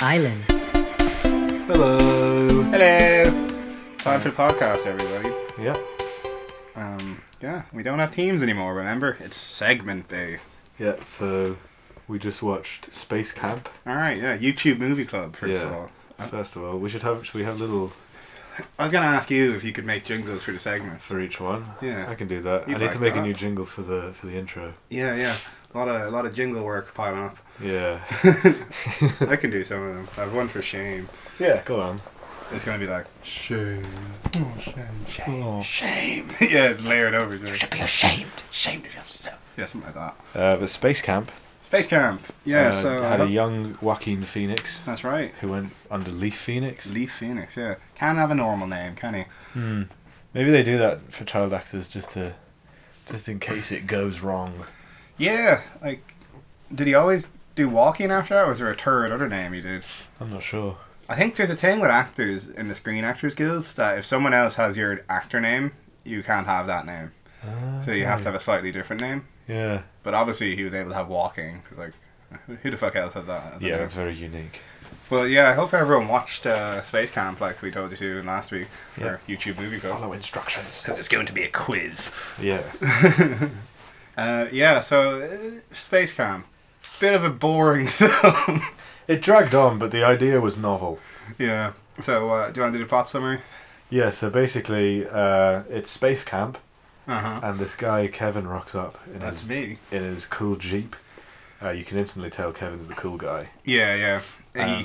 Island. Hello. Hello. Time for the podcast, everybody. Yeah. Um, yeah, we don't have teams anymore. Remember, it's segment based. Yeah. So we just watched Space Camp. All right, yeah. YouTube Movie Club. First of Yeah. all, First of all, we should have should we have little I was gonna ask you if you could make jingles for the segment. for each one. Yeah. I can do that. You'd I need like to make that. a new jingle for the for the intro. Yeah, yeah. A lot of a lot of jingle work piling up. Yeah. I can do some of them. I have one for Shame. yeah. Go on. It's gonna be like Shame, oh, Shame, Shame, Oh. Shame. yeah, layered over. You should be ashamed, ashamed of yourself. Yeah, something like that. Uh, but Space Camp. Space Camp. Yeah. uh, so I had a don't- young Joaquin Phoenix that's right. who went under Leaf Phoenix. Leaf Phoenix. Yeah, can't have a normal name, can he? Hmm. Maybe they do that for child actors just to just in case it goes wrong. Yeah, like, did he always do walking after that? Or was there a third other name he did? I'm not sure. I think there's a thing with actors in the Screen Actors Guild that if someone else has your actor name, you can't have that name. So you have to have a slightly different name. Uh, Yeah. But obviously, he was able to have walking. 'cause, like, who- who the fuck else has that? as a Yeah, name? that's very unique. Well, yeah. I hope everyone watched uh, Space Camp like we told you to last week for Yeah. YouTube Movie Club. instructions. Because it's going to be a quiz. Yeah. Uh, yeah. So, uh, Space Camp, bit of a boring film. It dragged on, but the idea was novel. Yeah. So, uh, do you want to do the plot summary? Yeah, so basically, uh, it's space camp, Uh huh. and this guy Kevin rocks up in That's his me. in his cool jeep. Uh, you can instantly tell Kevin's the cool guy. Yeah, yeah. And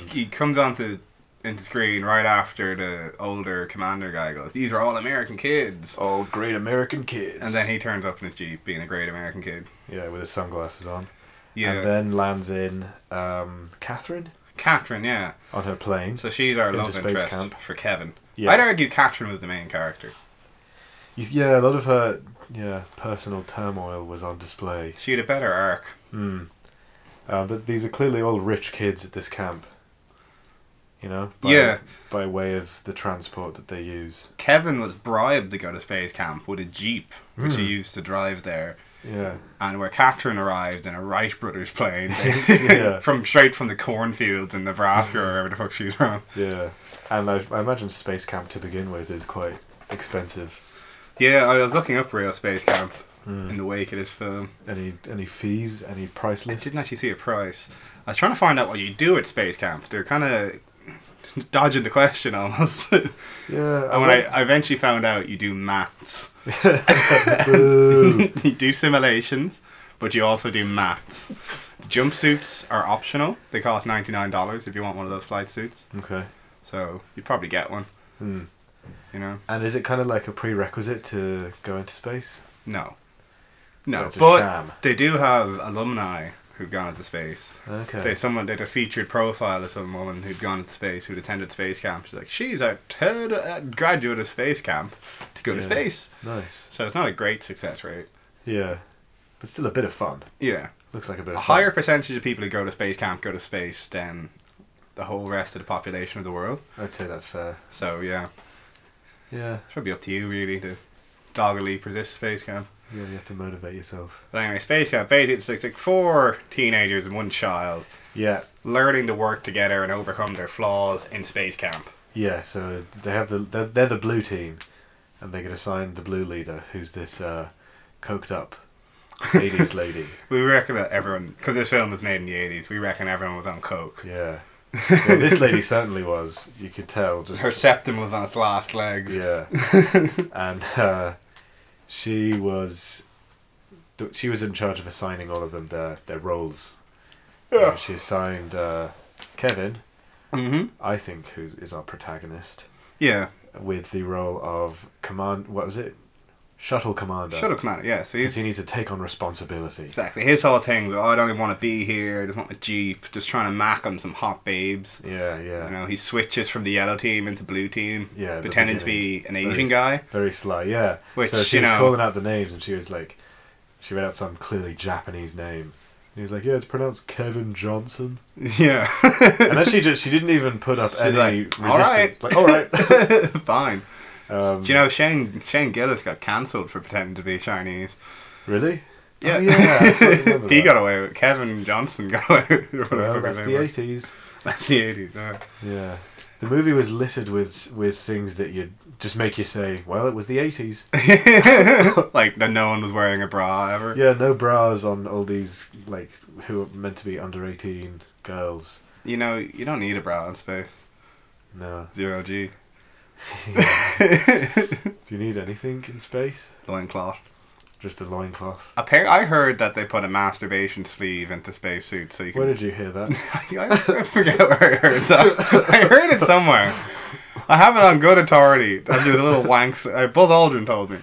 Um, he, he comes onto into screen right after the older commander guy goes, "These are all American kids," Oh, great American kids! and then he turns up in his jeep being a great American kid. yeah, with his sunglasses on, Yeah, and then lands in um, Catherine Catherine. Yeah, on her plane. so she's our Into love space interest camp. for Kevin. Yeah. I'd argue Catherine was the main character. You- yeah, a lot of her yeah personal turmoil was on display. She had a better arc. Hmm. Uh, but these are clearly all rich kids at this camp. You know? Yeah. By way of the transport that they use. Kevin was bribed to go to space camp with a jeep, which Hmm. he used to drive there. Yeah. and where Catherine arrived in a Wright brothers plane Yeah. from straight from the cornfields in Nebraska or wherever the fuck she's from. Yeah. And I, I imagine space camp to begin with is quite expensive. Yeah, I was looking up Real Space Camp in the wake of this film. Any any fees? Any price I list? didn't actually see a price. I was trying to find out what you do at space camp. They're kind of dodging the question almost. and Yeah. when I, I eventually found out, you do maths, Boo. you do simulations, but you also do maths. Jumpsuits are optional. They cost ninety nine dollars if you want one of those flight suits. okay. So you probably get one. Hmm. You know. And is it kind of like a prerequisite to go into space? No. So No, it's a but sham. they do have alumni who've gone into space. They Okay. someone did a featured profile of some woman who'd gone into space who'd attended space camp. She's like, she's a third uh, graduate of space camp to go to Yeah. space. Nice. So it's not a great success rate. Yeah. But still a bit of fun. Yeah, Looks like a bit a of fun. higher percentage of people who go to space camp go to space than the whole rest of the population of the world. I'd say that's fair. So yeah, Yeah. it's probably up to you really to doggedly resist space camp. Yeah, you have to motivate yourself. But anyway, space camp basically it's like- it's like four teenagers and one child. Yeah, learning to work together and overcome their flaws in space camp. yeah. So they have the they're, they're the blue team, and they get assigned the blue leader, who's this uh, coked up ladies lady. We reckon that everyone, because this film was made in the 80s, we reckon everyone was on coke. Yeah. Well, this lady certainly was. You could tell. Her Just septum was on its last legs. yeah. And uh, she was th- she was in charge of assigning all of them their their roles. And she assigned uh, Kevin, Mm-hmm. I think, who is our protagonist, Yeah. with the role of command. What was it? Shuttle commander. Shuttle commander, yeah. So Because he's he needs to take on responsibility. exactly his whole thing. is, Oh, I don't even want to be here. I just want a jeep. Just trying to mac on some hot babes. Yeah, yeah. You know, he switches from the yellow team into blue team, Yeah, at the pretending to be an beginning. Very- Asian guy. Very sly, yeah. Which, so she you was know- calling out the names and she was like, she read out some clearly Japanese name. And he was like, yeah, it's pronounced Kevin Johnson. Yeah, And then she just, she didn't even put up any like, "All resistance. right." Like, all right. fine. Um, Do you know Shane Shane Gillis got cancelled for pretending to be Chinese? really? Yeah. Oh, yeah. I sort of remember He that. got away with Kevin Johnson got away with Well, whatever that's his the name was. 80s. That's the eighties. Uh, Yeah. The movie was littered with with things that you'd just make you say, "Well, it was the '80s." like that, no one was wearing a bra ever. yeah, no bras on all these like who are meant to be under eighteen girls. You know, you don't need a bra in space. No. Zero G. Do you need anything in space? Loincloth. Just a loincloth. Appar- I heard that they put a masturbation sleeve into spacesuits so you Where can. did you hear that? I forget where I heard that. I heard it somewhere. I have it on good authority. That there's a little wank. sli- Uh, Buzz Aldrin told me.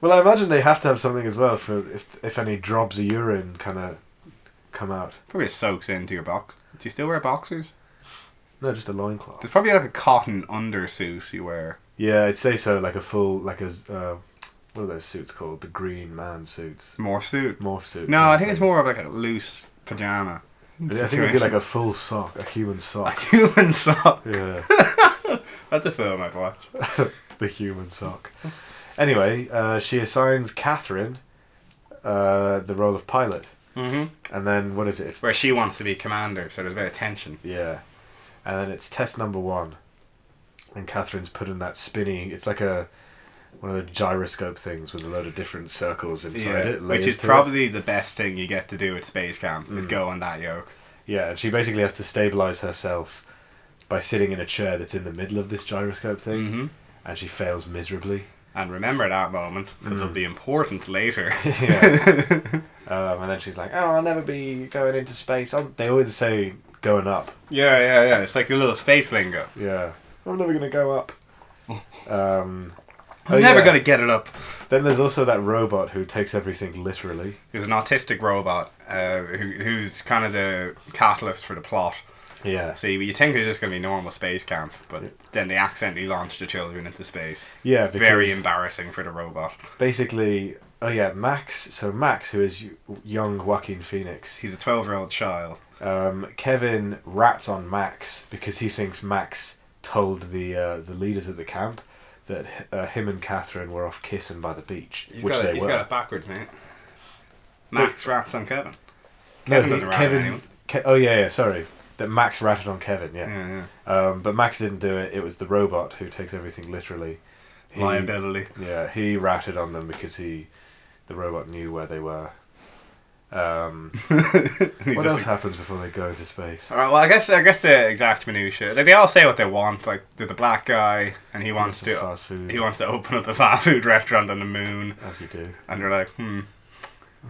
Well, I imagine they have to have something as well for if if any drobs of urine kind of come out. Probably soaks into your box. Do you still wear boxers? No, just a loincloth. There's probably like a cotton undersuit you wear. Yeah, I'd say so. Like a full, like a z- uh, what are those suits called? The green man suits, More suit. morph suit. No, kind I of think it's thing. more of like a loose pajama. I think it'd be like a full sock, a human a sock. human sock. yeah, That's a film I'd watch. the human sock. Anyway, uh, she assigns Catherine uh, the role of pilot, Mm-hmm. and then what is it? It's, Where she wants to be commander, so there's a bit of tension. yeah, and then it's test number one, and Catherine's put in that spinny. It's like a one of the gyroscope things with a load of different circles inside it, which layers is to it. probably the best thing you get to do at space camp is Mm. go on that yoke. Yeah, and she basically has to stabilize herself by sitting in a chair that's in the middle of this gyroscope thing, Mm-hmm. and she fails miserably. And remember that moment because Mm. it'll be important later. yeah. um, and then she's like, "Oh, I'll never be going into space." i They always say going up. yeah, yeah, yeah. It's like a little space lingo. Yeah, I'm never gonna go up. Um, I'm oh, never yeah. gonna get it up. Then there's also that robot who takes everything literally. He's an autistic robot uh, who, who's kind of the catalyst for the plot. Yeah. So you, you think it's just gonna be normal space camp, but then they accidentally launch the children into space. Yeah. Because Very embarrassing for the robot. basically, oh yeah, Max. So Max, who is y- young Joaquin Phoenix, He's a 12 year old child. um, Kevin rats on Max because he thinks Max told the uh, the leaders at the camp that h- uh, him and Catherine were off kissing by the beach, You've which got, it, they you've were. got it backwards, mate. Max rats on Kevin. No, Kevin he- doesn't rat on anyone. Ke- oh yeah, yeah. Sorry, that Max ratted on Kevin. Yeah, Yeah, um, but Max didn't do it. It was the robot who takes everything literally. yeah. He- Liability. Yeah, he ratted on them because he, the robot knew where they were. Um, He's what just else like- happens before they go into space? All right, well, I guess I guess the exact minutia. Like they all say what they want. Like there's a black guy, and he wants It's the to fast food, he wants to open up a fast food restaurant on the moon. as you do. And they're like, hmm,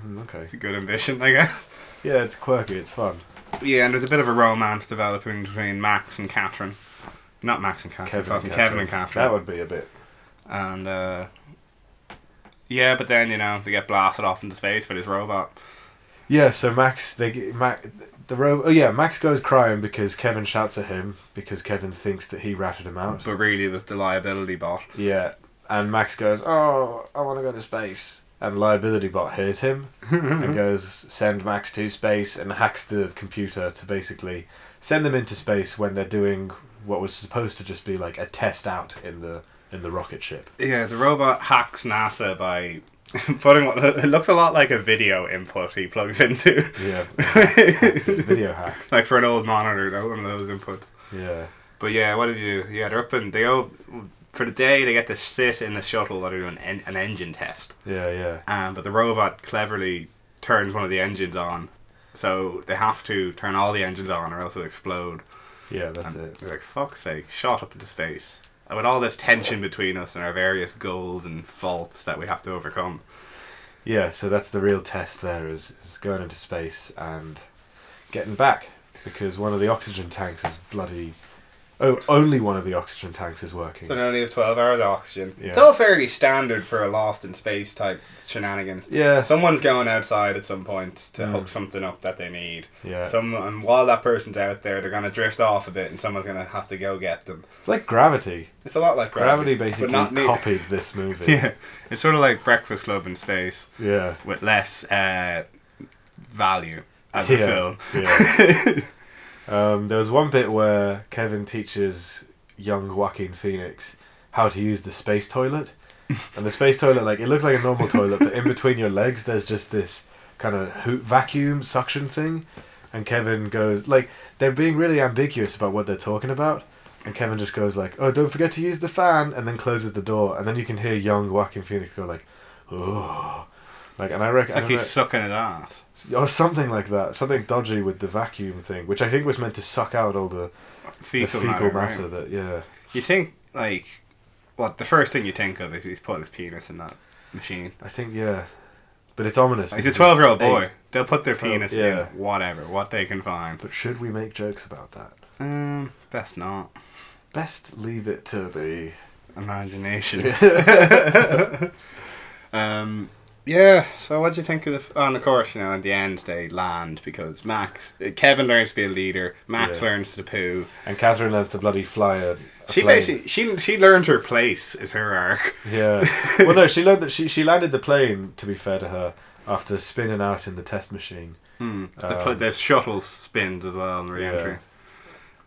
Mm, Okay. it's a good ambition, I guess. Yeah, it's quirky. It's fun. But yeah, and there's a bit of a romance developing between Max and Catherine. Not Max and Catherine, Kevin, fucking and Kevin and Catherine. That would be a bit. And uh, yeah, but then you know they get blasted off into space by this robot. Yeah. So Max, they g- Mac, the ro- Oh yeah, Max goes crying because Kevin shouts at him because Kevin thinks that he ratted him out. But really, it was the liability bot. Yeah, and Max goes, "Oh, I want to go to space." And liability bot hears him and goes, "Send Max to space," and hacks the computer to basically send them into space when they're doing what was supposed to just be like a test out in the in the rocket ship. Yeah, the robot hacks NASA by putting what it looks a lot like a video input he plugs into, Yeah, it's a video hack. like for an old monitor, though, one of those inputs. Yeah, But yeah, what did you do? Yeah, they're up and they go for the day. They get to sit in the shuttle while they're doing en- an engine test. yeah, yeah. Um, but the robot cleverly turns one of the engines on, so they have to turn all the engines on or else it'll explode. Yeah, that's And it. We're like, fuck's sake, shot up into space. And with all this tension between us and our various goals and faults that we have to overcome. Yeah, so that's the real test there is, is going into space and getting back because one of the oxygen tanks is bloody. Oh, only one of the oxygen tanks is working. So now they have 12 hours of oxygen. Yeah. It's all fairly standard for a Lost in Space type shenanigans. Yeah, Someone's going outside at some point to Mm. hook something up that they need. yeah. Some and while that person's out there, they're gonna drift off a bit, and someone's gonna have to go get them. it's like Gravity. It's a lot like Gravity, gravity, basically but not neat. copied this movie. Yeah, it's sort of like Breakfast Club in space yeah, with less uh, value as a Yeah. film. yeah. um, there was one bit where Kevin teaches young Joaquin Phoenix how to use the space toilet, and the space toilet like it looks like a normal toilet, but in between your legs there's just this kind of hoop vacuum suction thing, and Kevin goes like they're being really ambiguous about what they're talking about, and Kevin just goes like, "Oh, don't forget to use the fan," and then closes the door, and then you can hear young Joaquin Phoenix go like, "Oh." Like and I It's reckon like I he's dunno- sucking his ass. or something like that, something dodgy with the vacuum thing, which I think was meant to suck out all the Fecal, the fecal matter, right? that yeah. You think like, what the first thing you think of is he's put his penis in that machine. I think yeah, but it's ominous. Like, because He's a twelve-year-old boy. eight. They'll put their Twelve, penis yeah. in whatever, what they can find. But should we make jokes about that? Um, best not. Best leave it to the. Imagination. um, yeah. So, what do you think of the? f- And of course, you know, in the end, they land because Max, uh, Kevin learns to be a leader. Max Yeah. learns to poo. And Catherine learns to bloody fly a. a She plane. basically she she learns her place is her arc. Yeah. well, no, she learned that she she landed the plane. To be fair to her, after spinning out in the test machine, Hmm. The, Um, pl- the shuttle spins as well in re-entry.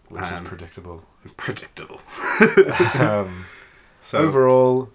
which Um, is predictable. Predictable. um, So Overall,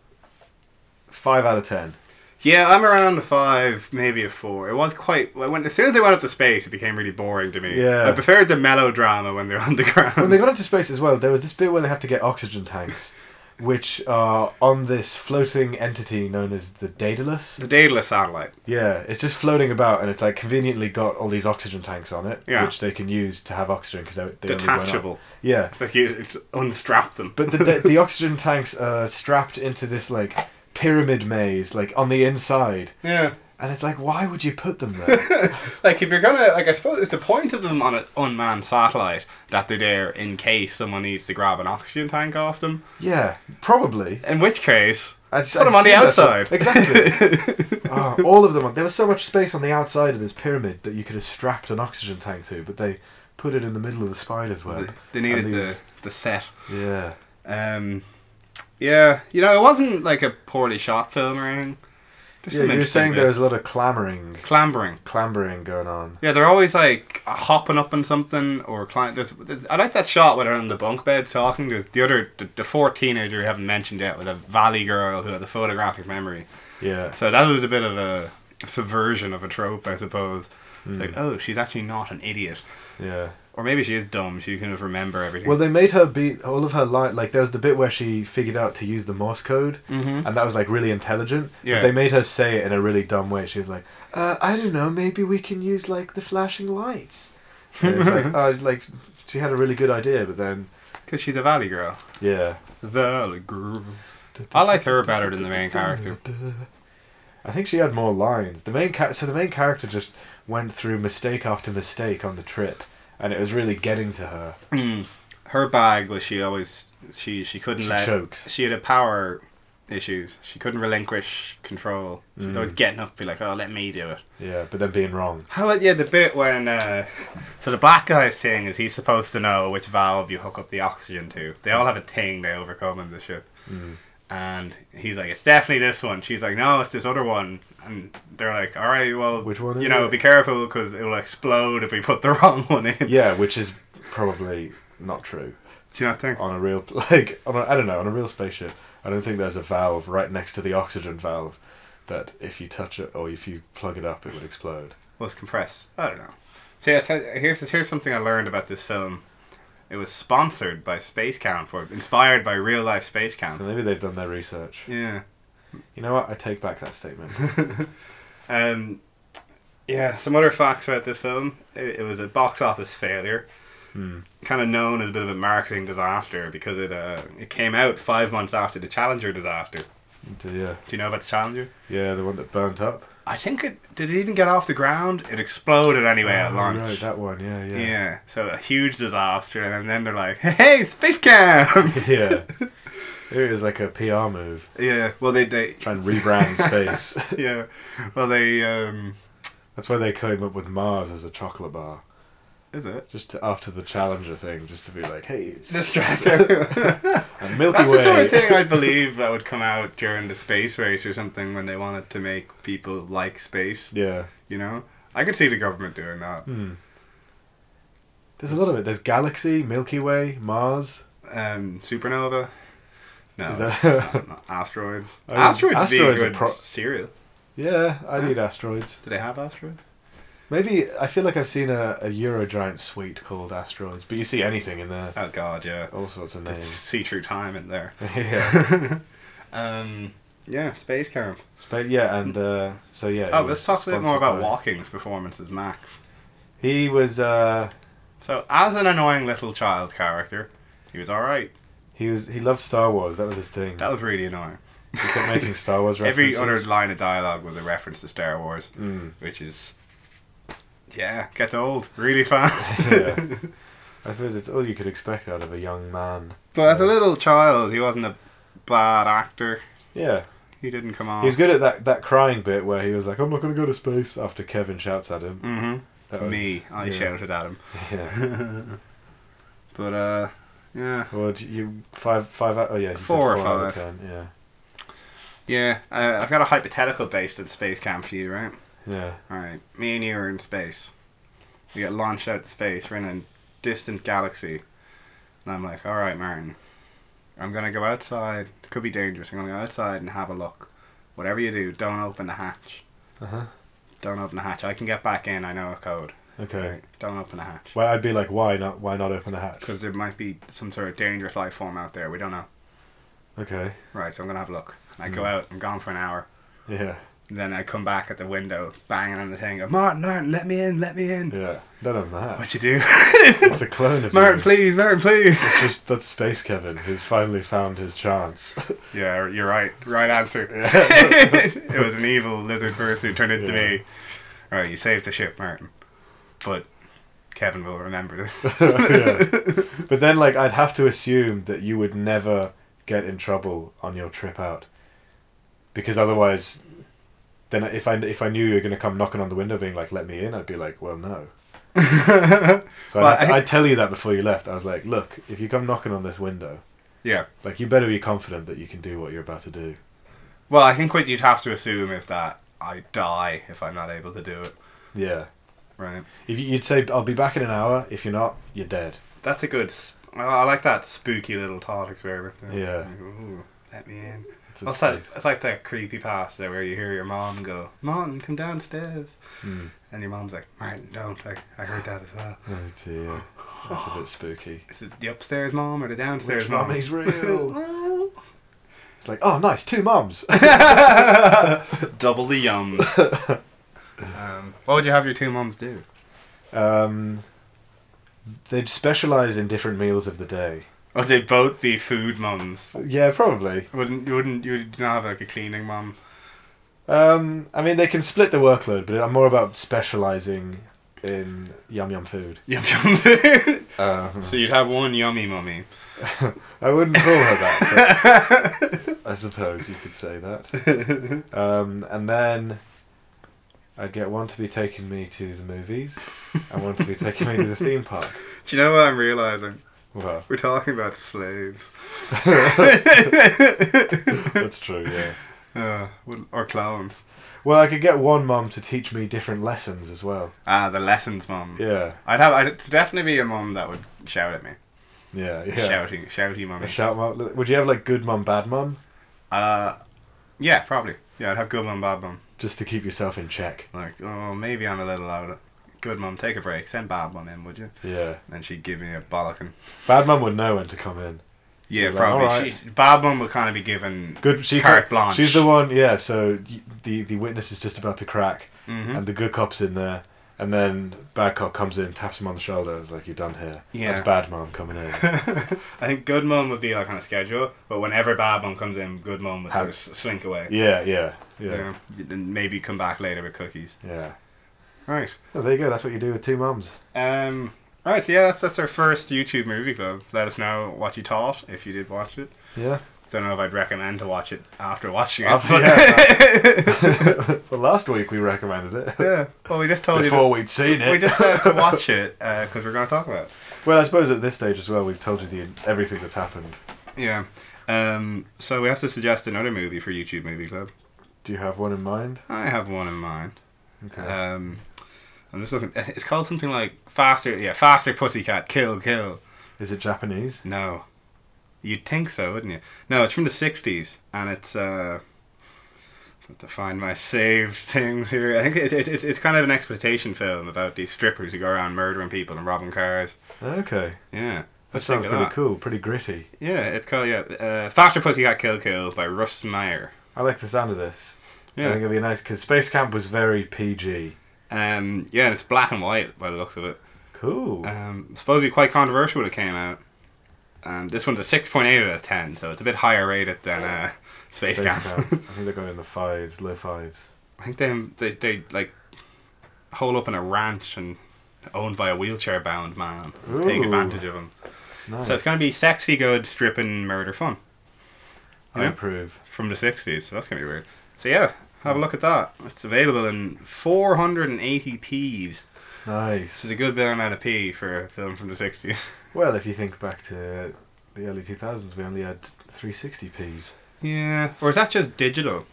five out of ten. yeah, I'm around a five, maybe a four. It was quite. I went as soon as they went up to space, it became really boring to me. Yeah. I preferred the melodrama when they're underground. when they got into space as well, there was this bit where they have to get oxygen tanks, which are on this floating entity known as the Daedalus. the Daedalus satellite. Yeah, it's just floating about, and it's like conveniently got all these oxygen tanks on it, Yeah. which they can use to have oxygen because they, they only went up. detachable. Yeah, It's like you it's unstrap them. but the, the the oxygen tanks are strapped into this like pyramid maze, like on the inside, yeah, and it's like, why would you put them there? like if you're gonna, like I suppose it's the point of them on an unmanned satellite that they're there in case someone needs to grab an oxygen tank off them. yeah, probably. In which case, I'd, put them on the outside. exactly. Oh, all of them. There was so much space on the outside of this pyramid that you could have strapped an oxygen tank to, but they put it in the middle of the spider's web. they needed And the these- the set. Yeah. Um, yeah, you know, it wasn't like a poorly shot film or anything. Just yeah some you were interesting saying there was bits. a lot of clambering, clambering. clambering going on. Yeah, they're always like hopping up on something or climbing. There's, there's, I like that shot where they're on the bunk bed talking. There's the other, the, the fourth teenager we haven't mentioned yet, was a valley girl who has a photographic memory. Yeah. So that was a bit of a subversion of a trope, I suppose. It's like, oh, she's actually not an idiot, Yeah. or maybe she is dumb. She can just remember everything. Well, they made her beat all of her light. Like there was the bit where she figured out to use the Morse code, Mhm. and that was like really intelligent. Yeah. But they made her say it in a really dumb way. She was like, uh, "I don't know. Maybe we can use like the flashing lights." And it's like, oh, like she had a really good idea, but then because she's a valley girl. yeah. Valley girl. I liked her better than the main character. I think she had more lines. The main ca- so the main character just went through mistake after mistake on the trip, and it was really getting to her. Mm. Her bag was she always she she couldn't She let chokes. she had a power issues. She couldn't relinquish control. She Mm. was always getting up, be like, "Oh, let me do it." Yeah, but then being wrong. How about yeah the bit when uh, so the black guy's thing is he's supposed to know which valve you hook up the oxygen to. They all have a thing they overcome in the ship. Mm. And he's like, it's definitely this one. She's like, no, it's this other one. And they're like, all right, well, Which one you is know, it?" be careful because it will explode if we put the wrong one in. Yeah, which is probably not true Do you not think? on a real like on a, I don't know on a real spaceship. I don't think there's a valve right next to the oxygen valve that if you touch it or if you plug it up, it would explode. was compressed. I don't know. See, I tell here's here's something I learned about this film. It was sponsored by Space Camp or inspired by real life Space Camp. So maybe they've done their research. yeah. You know what? I take back that statement. Um, yeah. Some other facts about this film. It, it was a box office failure. Kind of known as a bit of a marketing disaster because it uh, it came out five months after the Challenger disaster. Do So, yeah, you know about the Challenger? uh, yeah, the one that burnt up. I think it did. It even get off the ground. It exploded anyway at Oh, launch. Right, that one, yeah, Yeah. yeah. so a huge disaster, and then they're like, "Hey, space camp!" Yeah. it was like a PR move. yeah, well they they Try and rebrand space. yeah, well they um, That's why they came up with Mars as a chocolate bar. is it? Just to, after the Challenger thing, just to be like, hey, it's Distract everyone. a Milky That's Way. the sort of thing I believe that would come out during the space race or something when they wanted to make people like space. Yeah. You know, I could see the government doing that. Hmm. There's a lot of it. There's Galaxy, Milky Way, Mars. Um, supernova. No, Is that- that's not- not- asteroids. Oh, asteroids, would be a asteroids are good pro- cereal. Yeah, I need asteroids. Do they have asteroids? Maybe I feel like I've seen a, a Eurogiant suite called Asteroids, but you see anything in there. Oh god, yeah. All sorts of names. See through time in there. yeah. Um, yeah, space camp. Spa yeah, and uh, so yeah. Oh, he let's was talk a bit sponsored more by- about Walking's performance as Max. He was uh, So, as an annoying little child character, he was alright. he was he loved Star Wars. That was his thing. That was really annoying. He kept making Star Wars Every references. other line of dialogue was a reference to Star Wars, Mm. which is. Yeah, gets old really fast. Yeah. I suppose it's all you could expect out of a young man. but as a little child, he wasn't a bad actor. Yeah, He didn't come off. he was good at that that crying bit where he was like, "I'm not going to go to space" after Kevin shouts at him. hmm That was- Me, I yeah. shouted at him. Yeah. But, uh, yeah. Well, do you five five out. Oh yeah, you said Four or four out of five. ten. Yeah. Yeah, uh, I've got a hypothetical based on space camp for you, right? Yeah. Alright, me and you are in space. We get launched out to space. We're in a distant galaxy. And I'm like, alright, Martin, I'm gonna go outside. It could be dangerous. I'm gonna go outside and have a look. Whatever you do, don't open the hatch. Uh Uh-huh. huh. Don't open the hatch. I can get back in. I know a code. Okay. Right? Don't open the hatch. Well, I'd be like, why not? Why not open the hatch? Because there might be some sort of dangerous life form out there. We don't know. Okay. Right, so I'm gonna have a look. And I go out. I'm gone for an hour. Yeah. And then I come back at the window, banging on the thing. Go, Martin, Martin, let me in, let me in. Yeah. Don't open the hatch. What you do? It's a clone of Martin, you. please, Martin, please. Just that's Space Kevin, who's finally found his chance. Yeah, you're right. Right answer. it was an evil lizard person who turned into Yeah. me. All right, you saved the ship, Martin. But Kevin will remember this. Yeah. But then, like, I'd have to assume that you would never get in trouble on your trip out, because otherwise, then if I if I knew you were going to come knocking on the window, being like, "Let me in," I'd be like, "Well, no." So Well, I'd, have to, I- I'd tell you that before you left. I was like, "Look, if you come knocking on this window, yeah. like, you better be confident that you can do what you're about to do." Well, I think what you'd have to assume is that I die if I'm not able to do it. Yeah. Right. If you- you'd say, "I'll be back in an hour," if you're not, you're dead. That's a good. s- I I like that spooky little thought experiment. Yeah. Ooh, let me in. It's a It's like, space- it's like that creepy pasta where you hear your mom go, "Martin, come downstairs," Hmm. and your mom's like, "Martin, don't." I, I heard that as well. Oh dear, that's a bit spooky. Is it the upstairs mom or the downstairs Which mom? mummy's real? It's like, oh, nice, two mums. Double the yums. um, what would you have your two moms do? um, they'd specialize in different meals of the day. Would they both be food mums? Yeah, probably. Wouldn't you wouldn't you would not have like a cleaning mum? Um, I mean, they can split the workload, but I'm more about specializing in yum yum food. Yum yum food. Um, so you'd have one yummy mummy. I wouldn't call her that. But I suppose you could say that. Um, and then I'd get one to be taking me to the movies, and one to be taking me to the theme park. Do you know what I'm realizing? Well, We're talking about slaves. that's true. Yeah. Uh, wouldn't- or clones. Well, I could get one mum to teach me different lessons as well. Ah, the lessons mum. Yeah, I'd have. I'd definitely be a mum that would shout at me. yeah, yeah. Shouting, shouty A mummy. shout mum. Would you have like good mum, bad mum, Uh, yeah, probably. Yeah, I'd have good mum, bad mum. just to keep yourself in check? Like, oh, maybe I'm a little out. Good mum, take a break. Send bad mum in, would you? Yeah, And she'd give me a bollocking. bad mum would know when to come in. Yeah, Well, probably. alright. She, bad mum would kind of be given. Good, she Carte blanche. She's the one. Yeah, so y- the the witness is just about to crack, Mhm. and the good cop's in there. And then bad cop comes in, taps him on the shoulder, and is like, "You're done here." Yeah. That's bad mum coming in. I think good mum would be like on a schedule, but whenever bad mum comes in, good mum would How- sort of s- slink away. yeah, yeah, yeah, Yeah. Then maybe come back later with cookies. yeah. Right. So there you go. That's what you do with two mums. Um. Right. So yeah, that's that's our first YouTube movie club. Let us know what you thought if you did watch it. Yeah. Don't know if I'd recommend to watch it after watching it. After- but- well, last week we recommended it. Yeah. Well, we just told Before we'd seen you. it. We just said to watch it because we're going to talk about it. Well, I suppose at this stage as well, we've told you the everything that's happened. Yeah. Um, so we have to suggest another movie for YouTube Movie Club. Do you have one in mind? I have one in mind. Okay. Um, I'm just looking. eh, It's called something like Faster. Yeah, Faster Pussycat Kill Kill. Is it Japanese? No. You'd think so, wouldn't you? No, it's from the 60s and it's uh, Have To find my saved things here, I think it, it, it's it's kind of an exploitation film about these strippers who go around murdering people and robbing cars. Okay. Yeah, That Let's sounds think of pretty that. cool, pretty gritty. Yeah, it's called yeah. Uh, Faster Pussycat Kill Kill by Russ Meyer. I like the sound of this. I think Yeah, it'll be nice because Space Camp was very PG. um, yeah, and it's black and white by the looks of it. Cool. Um, supposedly quite controversial when it came out, and this one's a six point eight out of ten, so it's a bit higher rated than uh, Space, Camp. I think they're going in the fives, low fives. I think they they they like hole up in a ranch and owned by a wheelchair bound man. and Take Ooh. advantage of him. Nice. So it's gonna be sexy, good stripping, murder fun I yeah. approve. from the sixties. So that's gonna be weird. So yeah. Have a look at that. It's available in 480p's. This Nice. is a good bit amount of P for a film from the 60s. Well, if you think back to the early 2000s, we only had 360p's. Yeah. Or is that just digital?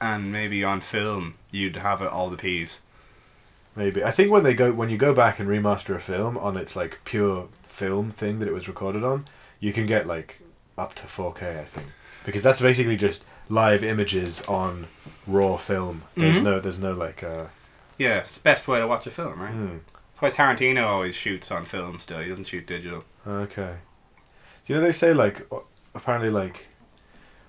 And maybe on film, you'd have it, all the P's. Maybe I think when they go when you go back and remaster a film on its like pure film thing that it was recorded on, you can get like up to 4K I think because that's basically just live images on raw film. There's Mhm. no there's no like uh, Yeah, it's the best way to watch a film, right? hmm, That's why Tarantino always shoots on film still. He doesn't shoot digital. okay. Do you know they say like o- apparently like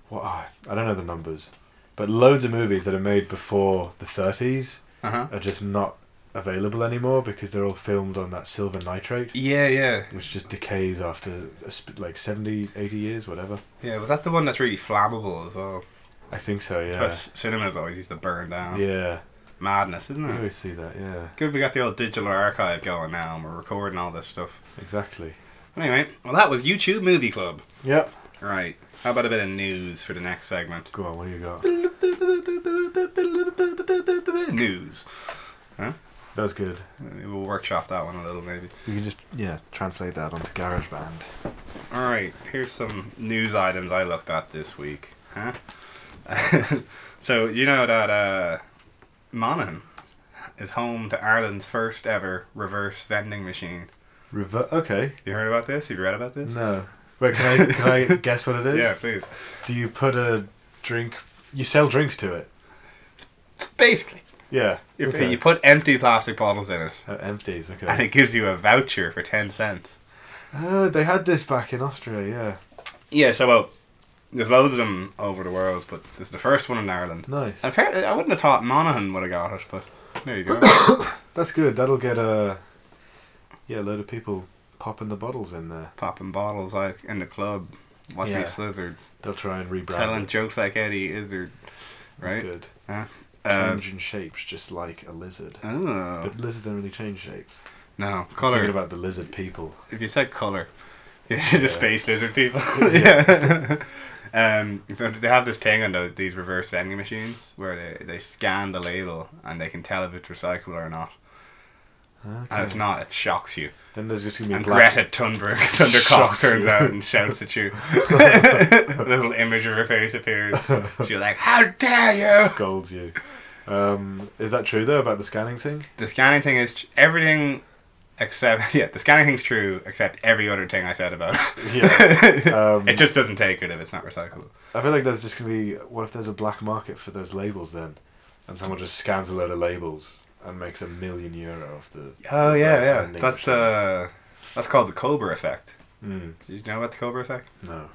what ah, I don't know the numbers, but loads of movies that are made before the 30s Uh huh. are just not available anymore because they're all filmed on that silver nitrate. Yeah, yeah. which just decays after a sp- like 70 80 years whatever Yeah, was that the one that's really flammable as well? i think so Yeah. yeah Cinemas always used to burn down. yeah Madness, isn't you it? always see that yeah Good we got the old digital archive going now and we're recording all this stuff. exactly Anyway, well, that was YouTube Movie Club. yep Right. How about a bit of news for the next segment? go on what do you got Eh, News. that was good We'll workshop that one a little, maybe. you can just yeah translate that onto garageband All right, here's some news items I looked at this week. Huh? so you know that uh, Monaghan is home to Ireland's first ever reverse vending machine. Rever- okay You heard about this? Have you read about this? no wait can i can i guess what it is Yeah, please. do you put a drink you sell drinks to it It's basically yeah if okay. you put empty plastic bottles in it, Oh, empties okay and it gives you a voucher for ten cents. oh they had this back in austria yeah Yeah, so well, there's loads of them over the world, but this is the first one in Ireland. nice I fair- I wouldn't have thought Monaghan would have got it, but there you go. That's good. That'll get a yeah, a load of people popping the bottles in there. popping bottles like in the club, watching Yeah. Slizzard, They'll try and rebrand. telling it. jokes like Eddie Izzard, That's right? Good. Um, Changing shapes, just like a lizard. oh But lizards don't really change shapes. no, I was color. Thinking about the lizard people. if you said color, yeah, Yeah. the space lizard people. yeah. um, but they have this thing on the, these reverse vending machines where they, they scan the label and they can tell if it's recyclable or not. And if Okay. not, it shocks you. Then there's just gonna be and black. Greta Thunberg, Thundercock Shocks you. turns out and shouts at you. a little image of her face appears. She's like, "How dare you!" Scolds you. Um, is that true though about the scanning thing? The scanning thing is tr- everything except yeah, the scanning thing's true except every other thing I said about it. Yeah. Um, It just doesn't take it if it's not recyclable. I feel like there's just gonna be. What if there's a black market for those labels then, and someone just scans a load of labels and makes a million euro off the. reverse vending Oh, That's machine? uh, that's called the Cobra effect. Mm, Do you know about the Cobra effect? no.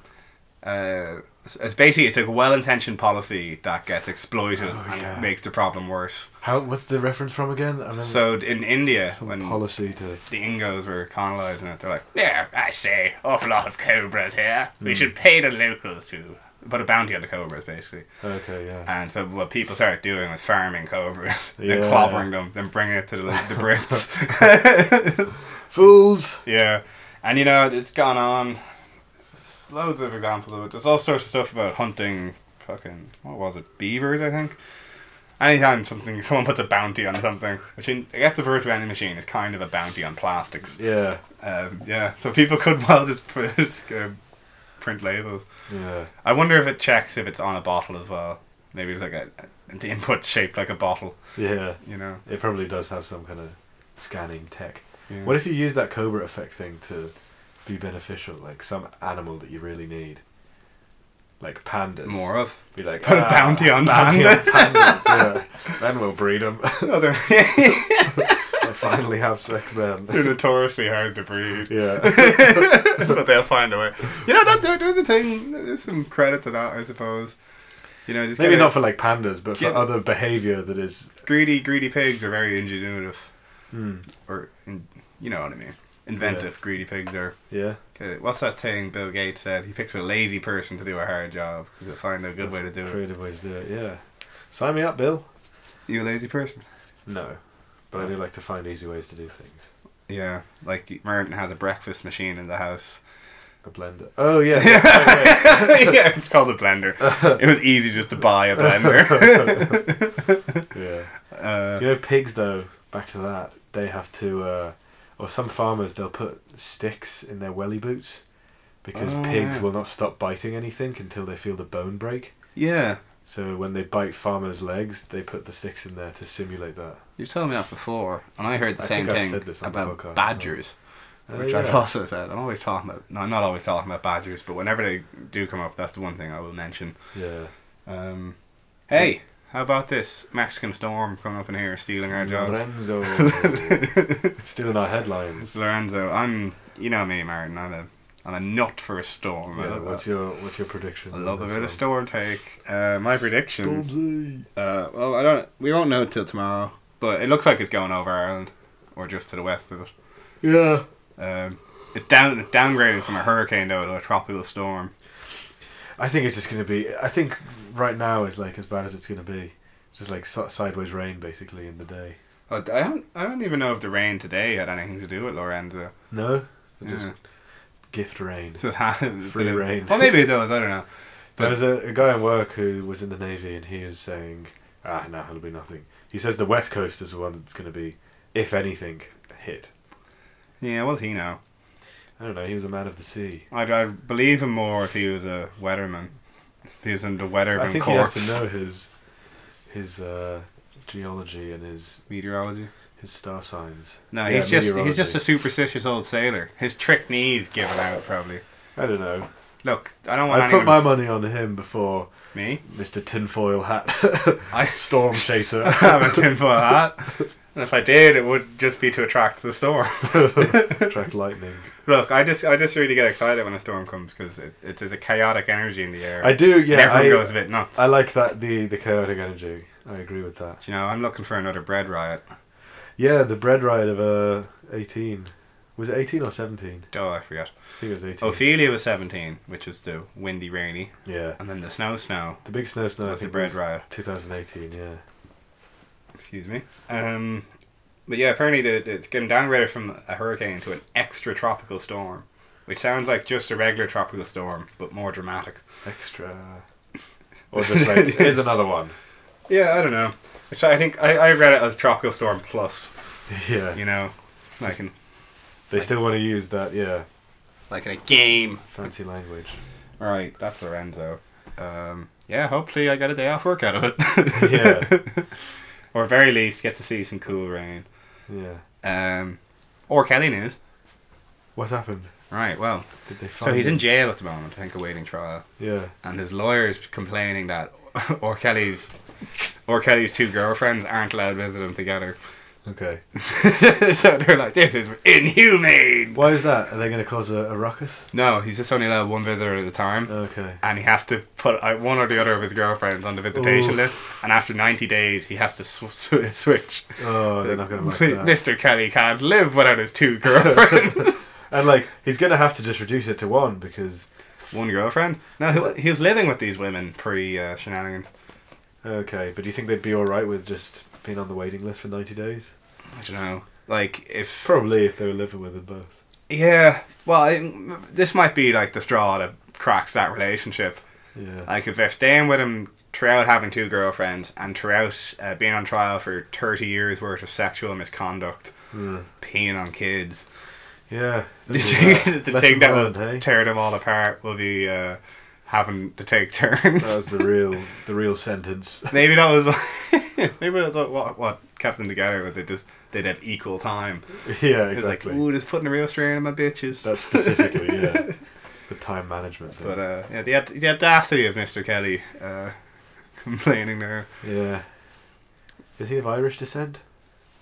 Uh, it's it's basically it's a well-intentioned policy that gets exploited Oh, and yeah. makes the problem worse. How? What's the reference from again? I remember So in India, some when policy to. the Ingos were colonising it. They're like, yeah, I say, awful lot of cobras here. Hmm. We should pay the locals to put a bounty on the cobras, basically. Okay, yeah. And so what people started doing was farming cobras, then Yeah. clobbering them, then bringing it to the, the Brits. Fools. yeah, and you know it's gone on. There's loads of examples of it. There's all sorts of stuff about hunting. Fucking what was it? Beavers, I think. Anytime something, someone puts a bounty on something, which in, I guess the first vending machine is kind of a bounty on plastics. Yeah, Um, yeah, so people could well just put, just, uh, print labels. yeah. I wonder if it checks if it's on a bottle as well. Maybe it's like a, an input shaped like a bottle, Yeah, you know. it probably does have some kind of scanning tech. Yeah. What if you use that cobra effect thing to be beneficial, like some animal that you really need? like pandas. More of. Be like Put a "Ah, bounty on on pandas, yeah. Then we'll breed them. Other. we'll finally have sex then. They're notoriously hard to breed, Yeah. but they'll find a way. You know, that there, there's a thing. There's some credit to that, I suppose. You know, just Maybe kinda- not for like pandas, but for Get- other behavior that is. greedy, greedy pigs are very ingenuitive, Hmm. or in, you know what I mean. Inventive, greedy pigs are. yeah. Okay, What's that thing Bill Gates said? He picks a lazy person to do a hard job because he'll find a good way to do it. Creative way to do it. Yeah. Sign me up, Bill. You a lazy person? No, but I do like to find easy ways to do things. Yeah, like Merton has a breakfast machine in the house. A blender. Oh yeah. yeah, it's called a blender. It was easy just to buy a blender. yeah. uh, Do you know pigs though? Back to that, they have to, uh, or some farmers they'll put sticks in their welly boots because Oh, pigs yeah. will not stop biting anything until they feel the bone break. yeah, So when they bite farmers' legs, they put the sticks in there to simulate that. you've told me that before, and I heard the I same think I've thing said this on the podcast about as badgers, Oh, which I've yeah. also said. I'm always talking about. No, I'm not always talking about badgers, but whenever they do come up, that's the one thing I will mention. Yeah. Um, hey, how about this Mexican storm coming up in here, stealing our jobs? Lorenzo stealing our headlines. It's Lorenzo. I'm, you know me, Martin. I'm a, I'm a nut for a storm. I Yeah, love what's that. your what's your prediction? I love a bit of storm take. Uh, my predictions. Stormzy. Uh, well, I don't. We won't know till tomorrow, but it looks like it's going over Ireland, or just to the west of it. Yeah. Um, it down it downgraded from a hurricane though to a tropical storm. I think it's just gonna be. I think right now is like as bad as it's gonna be. Just like si- sideways rain, basically in the day. Oh, I don't. I don't even know if the rain today had anything to do with Lorenzo. No, just Yeah. gift rain. It's just happened. Free reign. Well, maybe it does. I don't know. There was a, a guy at work who was in the navy, and he was saying, "Ah, no, it'll be nothing." He says the west coast is the one that's gonna be, if anything, hit. Yeah, what's he know? I don't know. He was a man of the sea. I'd, I'd believe him more if he was a weatherman. If he was in the I weatherman think corps. he has to know his his uh, geology and his Meteorology. his star signs. No, Yeah, he's just he's just meteorology. a superstitious old sailor. His trick knees given out probably. I don't know. Look, I don't want I anyone. put my money on him before Me, Mr. Tinfoil Hat I Storm Chaser. I have a tinfoil hat. And if I did, it would just be to attract the storm. Attract lightning. Look, I just I just really get excited when a storm comes because it, it there's a chaotic energy in the air. I do. And Yeah, everyone I, goes a bit nuts. I like that the the chaotic energy. I agree with that. you know, I'm looking for another bread riot. Yeah, the bread ride of uh, eighteen. Was it eighteen or seventeen? Oh, I forget. I think it was eighteen. Ophelia was 17, which was the windy, rainy, yeah, and then the snow, snow. the big snow snow. I That's the think bread bread riot. Two thousand eighteen. Yeah. Excuse me. Um, but yeah, apparently the, it's getting downgraded from a hurricane to an extra tropical storm, which sounds like just a regular tropical storm, but more dramatic. Extra. Or just like here's another one. Yeah, I don't know. Which I think I, I read it as tropical storm plus. Yeah. You know, like in They still want to use that. Yeah. like in a game. Fancy language. All right, that's Lorenzo. Um, yeah, hopefully I get a day off work out of it. Yeah. or at very least get to see some cool rain. Yeah. Um, or Kelly news. What happened? Right. Well, Did they find? so he's him? in jail at the moment. I think awaiting trial. Yeah. and his lawyer's complaining that or Kelly's or Kelly's two girlfriends aren't allowed to visit him together. Okay. so they're like, this is inhumane. Why is that? Are they going to cause a, a ruckus? No, he's just only allowed one visitor at a time. Okay. And he has to put out one or the other of his girlfriends on the visitation Oof. list. And after 90 days, he has to sw- sw- switch. Oh, they're not going to like that. Mr. Kelly can't live without his two girlfriends. And like he's gonna have to just reduce it to one because one girlfriend? No, he, he was living with these women pre uh, shenanigans. okay, but do you think they'd be all right with just being on the waiting list for ninety days? I don't know. Like, if. Probably if they were living with them both. Yeah, well, it, this might be like the straw that cracks that relationship. Yeah. Like if they're staying with him throughout having two girlfriends and throughout uh, being on trial for thirty years worth of sexual misconduct, Mm. peeing on kids, Yeah. the thing Lesson that learned, will hey? tear them all apart will be uh, having to take turns. That was the real the real sentence. maybe that was maybe that's what, what what kept them together. Was they just they'd have equal time. yeah, It's like exactly. ooh, just putting a real strain on my bitches. That specifically, yeah. the time management thing. But uh, yeah, the, aud- the audacity of Mr. Kelly uh, complaining there, yeah. Is he of Irish descent?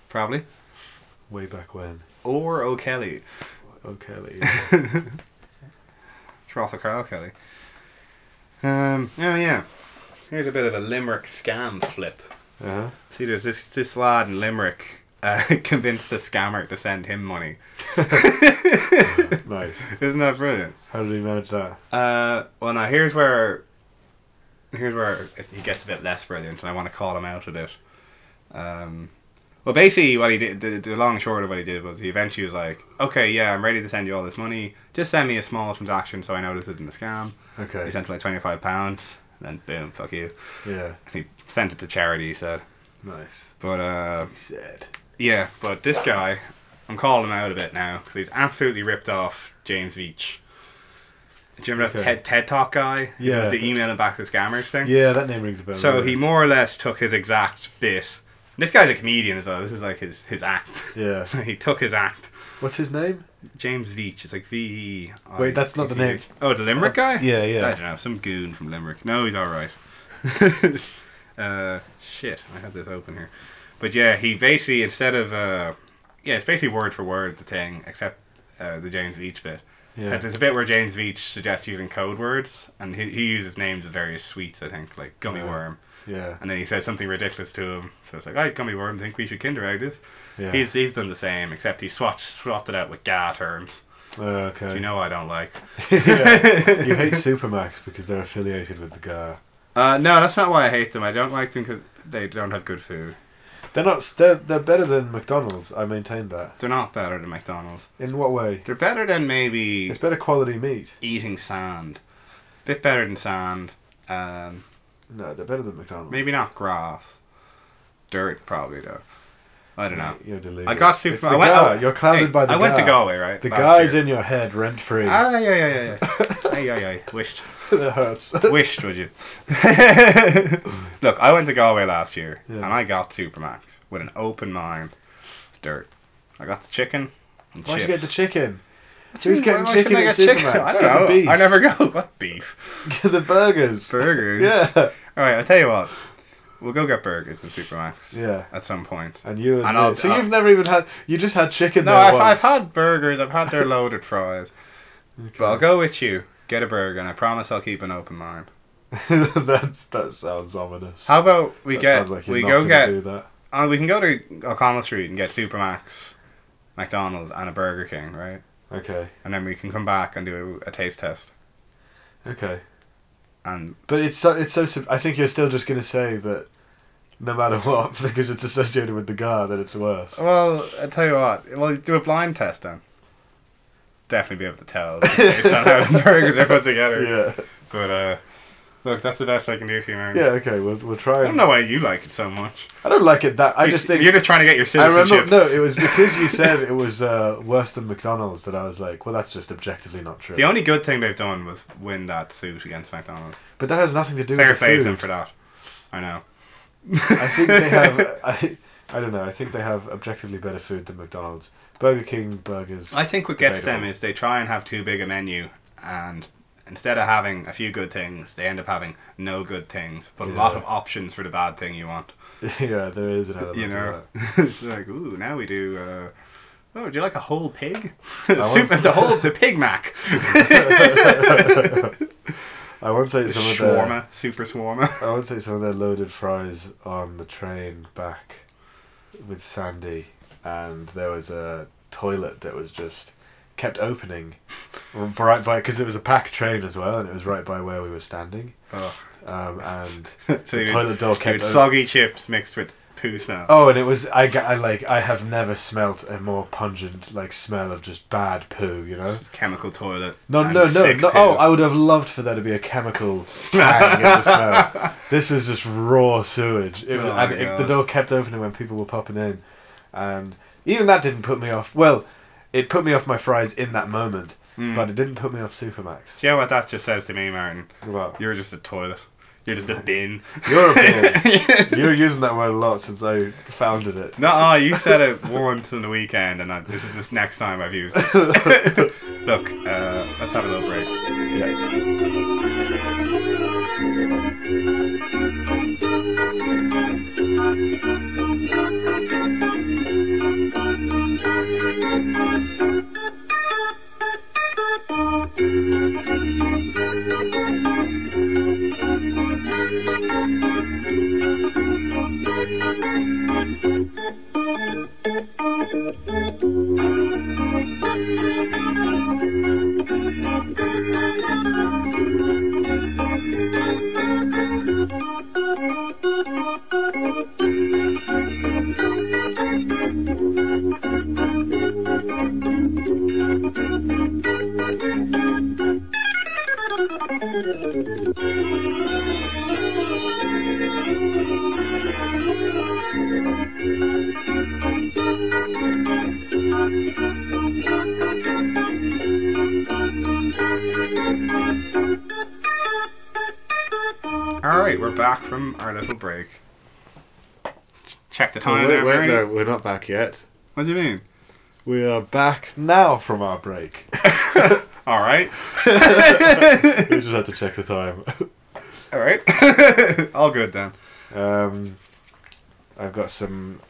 probably. Way back when. Oh, Or O'Kelly. O'Kelly. Trotha Carl Kelly. Um, oh, yeah. Here's a bit of a Limerick scam flip. uh-huh. See, there's this, this lad in Limerick uh, convinced the scammer to send him money. Nice. Isn't that brilliant? How did he manage that? Uh, well, now here's where here's where it- he gets a bit less brilliant, and I want to call him out a bit. Um, well, basically, what he did, the, the long and short of what he did was he eventually was like, "Okay, yeah, I'm ready to send you all this money. Just send me a small transaction so I know this isn't a scam." Okay. He sent him like twenty five pounds, and then boom, fuck you. Yeah. And he sent it to charity. He said, Nice. but uh, He said. yeah, but this guy, I'm calling him out a bit now because he's absolutely ripped off James Veach. Do you remember Okay. that TED, TED Talk guy? He Yeah. was the emailing back to scammers thing. Yeah, that name rings a bell. So doesn't he it? more or less took his exact bit. This guy's a comedian as well. This is like his, his act. Yeah. he took his act. What's his name? James Veach. It's like V E. I- Wait, that's not the name. Uh, C H. Oh, the Limerick guy. Yeah, yeah. I don't know. Some goon from Limerick. No, he's all right. uh, shit, I had this open here, but yeah, he basically instead of uh, yeah, it's basically word for word the thing, except uh, the James Veach bit. Yeah. There's a bit where James Veach suggests using code words, and he, he uses names of various sweets, I think, like gummy Yeah. worm, Yeah. and then he says something ridiculous to him. So it's like, "I gummy worm, think we should Kinder egg this." Yeah. He's he's done the same, except he swapped swapped it out with ga terms. Oh, okay. You know I don't like. Yeah. You hate Supermax because they're affiliated with the guy. Uh, no, that's not why I hate them. I don't like them because they don't have good food. They're not. They're, they're better than McDonald's. I maintain that. They're not better than McDonald's. In what way? They're better than maybe It's better quality meat. eating sand. Bit better than sand. Um, No, they're better than McDonald's. maybe not grass. Dirt probably though. I don't know. You're deluded. I got super. It's the I went, guy. I- You're clouded hey, by the I went to guy. Galway right. The last guy's year. in your head rent free. Ah yeah yeah yeah yeah. hey yeah yeah. Wished. that hurts. Wished, would you? Look, I went to Galway last year Yeah. and I got Supermax with an open mind. Dirt. I got the chicken. And Why'd you get chips. the chicken? Who's getting Why shouldn't chicken I at get Supermax? chicken? I Get don't the know. beef. I never go. What beef? Get the burgers. Burgers. Yeah. All right. I tell you what. We'll go get burgers in Supermax. Yeah. At some point. And you and, And I'll- so I'll- you've never even had you just had chicken No, there I've, I've once. had burgers. I've had their loaded fries. But I'll go with you. Get a burger, and I promise I'll keep an open mind. That's that sounds ominous. How about we that get sounds like you're we not go gonna get do that. Uh, we can go to O'Connell Street and get Supermax, McDonald's, and a Burger King, right? Okay. And then we can come back and do a, a taste test. Okay. And But it's so it's so sub- I think you're still just gonna say that no matter what, because it's associated with the guy that it's worse. well, I tell you what, well, do a blind test then. Definitely be able to tell just based on how the burgers are put together. Yeah. But uh, look, that's the best I can do for you, man. Yeah, okay, we'll we'll try I and don't know why you like it so much. I don't like it that I just think you're just trying to get your I remember no, citizenship. it was because you said it was uh, worse than McDonald's that I was like, well, that's just objectively not true. The only good thing they've done was win that suit against McDonald's. but that has nothing to do Fair with the play to food. them for that. I know. I think they have. I, I don't know. I think they have objectively better food than McDonald's. Burger King burgers. I think what gets them Debatable. is they try and have too big a menu, and instead of having a few good things, they end up having no good things, but a lot Yeah. of options for the bad thing you want. yeah, there is an element. you know, of it's like ooh, now we do. Uh, oh, would you like a whole pig? once- Soup and the whole the pig mac, that. I once ate some of their. shawarma, super shawarma. I once ate some of their loaded fries on the train back with Sandy, and there was a toilet that was just kept opening right by because it was a pack train as well, and it was right by where we were standing. Oh. Um, and So the you toilet door would, you would kept opening. soggy chips mixed with uh, poo smell. Oh, and it was I, ga- I like I have never smelt a more pungent like smell of just bad poo. You know. Chemical toilet. No, and no, no, sick no. poo. Oh, I would have loved for there to be a chemical tang in the smell. This was just raw sewage. It was, Oh, and my it, God. the door kept opening when people were popping in, and even that didn't put me off. Well, it put me off my fries in that moment, Mm. but it didn't put me off Supermax. Do you know what that just says to me, Martin? Well, You're just a toilet. You're just a bin. you're a bit- You're using that word a lot since I founded it. No, oh, you said it once on the weekend, and I, this is this next time I've used it. Look, uh, let's have a little break. Yeah. All right, we're back from our little break. Check the time. wait, there, wait, Bernie. no, we're not back yet. What do you mean? We are back now from our break. All right, we just had to check the time. all right, all good then. Um, I've got some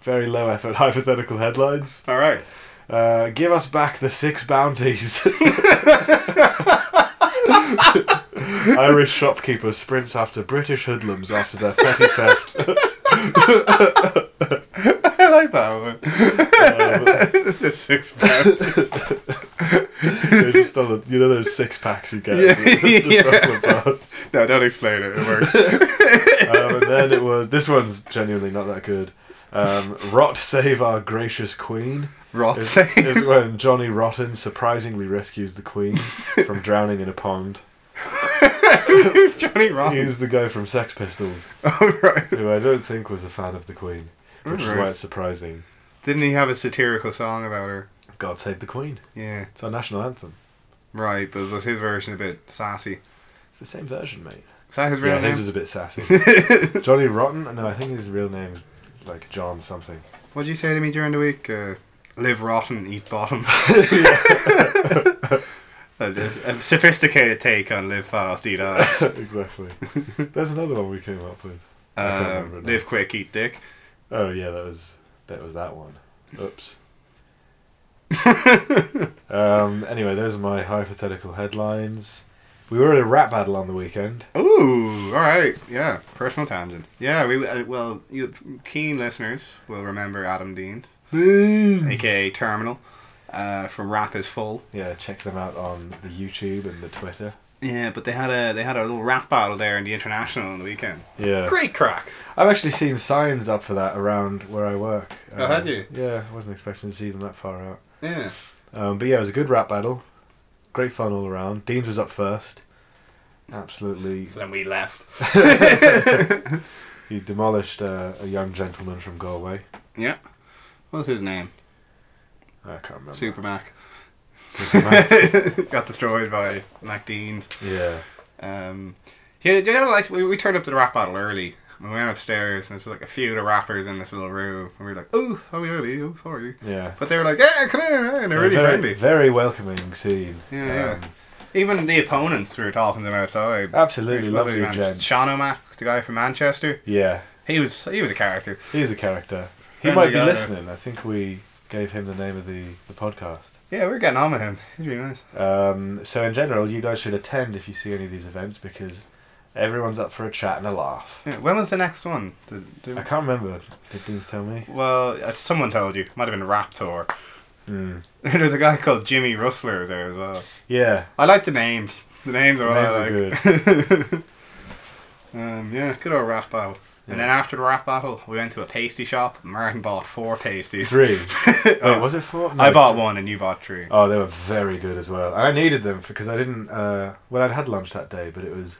very low effort hypothetical headlines. All right. Uh, give us back the six bounties. Irish shopkeeper sprints after British hoodlums after their petty theft. I like that one. the six pound. They just stole the- you know those six packs you get. Yeah. at the- the Yeah. chocolate bars. No, don't explain it. It works. Um, and then it was this one's genuinely not that good. Um, Rot save our gracious queen. Rot is, thing. is when Johnny Rotten surprisingly rescues the Queen from drowning in a pond. Who's Johnny Rotten? He's the guy from Sex Pistols, All right. who I don't think was a fan of the Queen, which is Alright. why it's surprising. Didn't he have a satirical song about her? God save the Queen. Yeah, It's our national anthem. right. But was his version a bit sassy? It's the same version, mate. Is that his real Yeah, his name? is a bit sassy. Johnny Rotten? No, I think his real name is like John something. What did you say to me during the week? Uh, live rotten, eat bottom. a, a sophisticated take on live fast, eat ass. exactly. There's another one we came up with. I can't Uh, remember now. live quick, eat dick. Oh yeah, that was that was that one. Oops. um, anyway, those are my hypothetical headlines. We were at a rap battle on the weekend. Ooh, all right, yeah. Personal tangent. Yeah, we uh, well, you keen listeners will remember Adam Dean, aka Terminal, uh, from Rap is Full. Yeah, check them out on the YouTube and the Twitter. Yeah, but they had a they had a little rap battle there in the international on the weekend. Yeah, Great crack. I've actually seen signs up for that around where I work. Um, Oh, had you? Yeah, I wasn't expecting to see them that far out. Yeah. Um, but yeah, it was a good rap battle. Great fun all around. Dean's was up first. Absolutely So then we left. He demolished uh, a young gentleman from Galway. Yeah. What's his name? I can't remember. Supermac. Superman. Got destroyed by Mac Dean's. yeah. Um, yeah, you know, like we, we turned up to the rap battle early. We went upstairs and there's like a few of the rappers in this little room, and we were like, "Oh, oh, really? Oh, sorry." Yeah. But they were like, "Yeah, come here," and they're really very, friendly. Very welcoming scene. Um, Yeah, yeah. Even the opponents were talking to them outside. Absolutely Lovely lovely man. gents. Sean O'Mac, the guy from Manchester, Yeah. he was he was a character. He's a character. He Friendly might be guy. listening. I think we gave him the name of the, the podcast. Yeah, we were getting on with him. He's really nice. Um, so, in general, you guys should attend if you see any of these events because everyone's up for a chat and a laugh. Yeah, when was the next one? Did- did- I can't remember. Did Dean tell me? well, uh, someone told you. Might have been Raptor. Hmm. There's a guy called Jimmy Rustler there as well. Yeah. I like the names. The names are Names what I are like. um, yeah, good old rap battle. And then after the rap battle, we went to a pasty shop. Martin bought four pasties. Three. Wait, was it four? No, I bought three. one and you bought three. Oh, they were very good as well. And I needed them because I didn't. Uh, well, I'd had lunch that day, but it was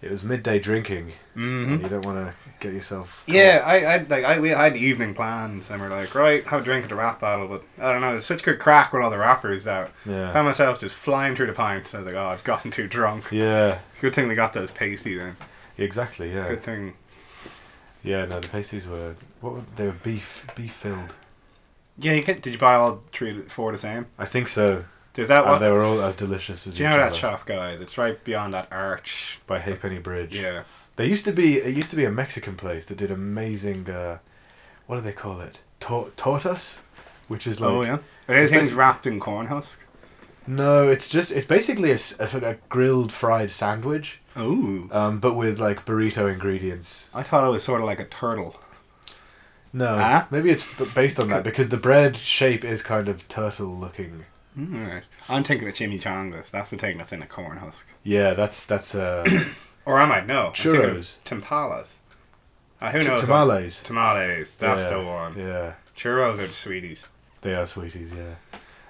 it was midday drinking, hmm and you don't want to get yourself. caught. Yeah, I, I like I we had evening plans and we're like, right, have a drink at the rap battle, but I don't know, it's such good crack with all the rappers out. I yeah, found myself just flying through the pints. I was like, oh, I've gotten too drunk. yeah, Good thing we got those pasties in. exactly. Yeah, Good thing. yeah. No, the pasties were what were, they were beef beef filled. Yeah, you can, did you buy all three, four the same? I think so. There's that and one. Oh, they were all as delicious as Do you each know that other shop, guys? It's right beyond that arch. by Halfpenny Bridge. Yeah. There used to be it used to be a Mexican place that did amazing. Uh, what do they call it? Tor- tortas, which is like oh yeah. Are these things basi- wrapped in corn husk? no, it's just it's basically a, s- a sort of grilled fried sandwich, Ooh. um, but with like burrito ingredients. I thought it was sort of like a turtle. No, Huh? maybe it's b- based on that because the bread shape is kind of turtle looking. Mm, Alright. I'm thinking of chimichangas. That's the thing that's in a corn husk. Yeah, that's that's uh, Or am I? No. I'm thinking of Churros. Timpalas. Uh, who t- knows? tamales. Tamales. That's Yeah, the one. Yeah, Churros are the sweeties. they are sweeties. Yeah,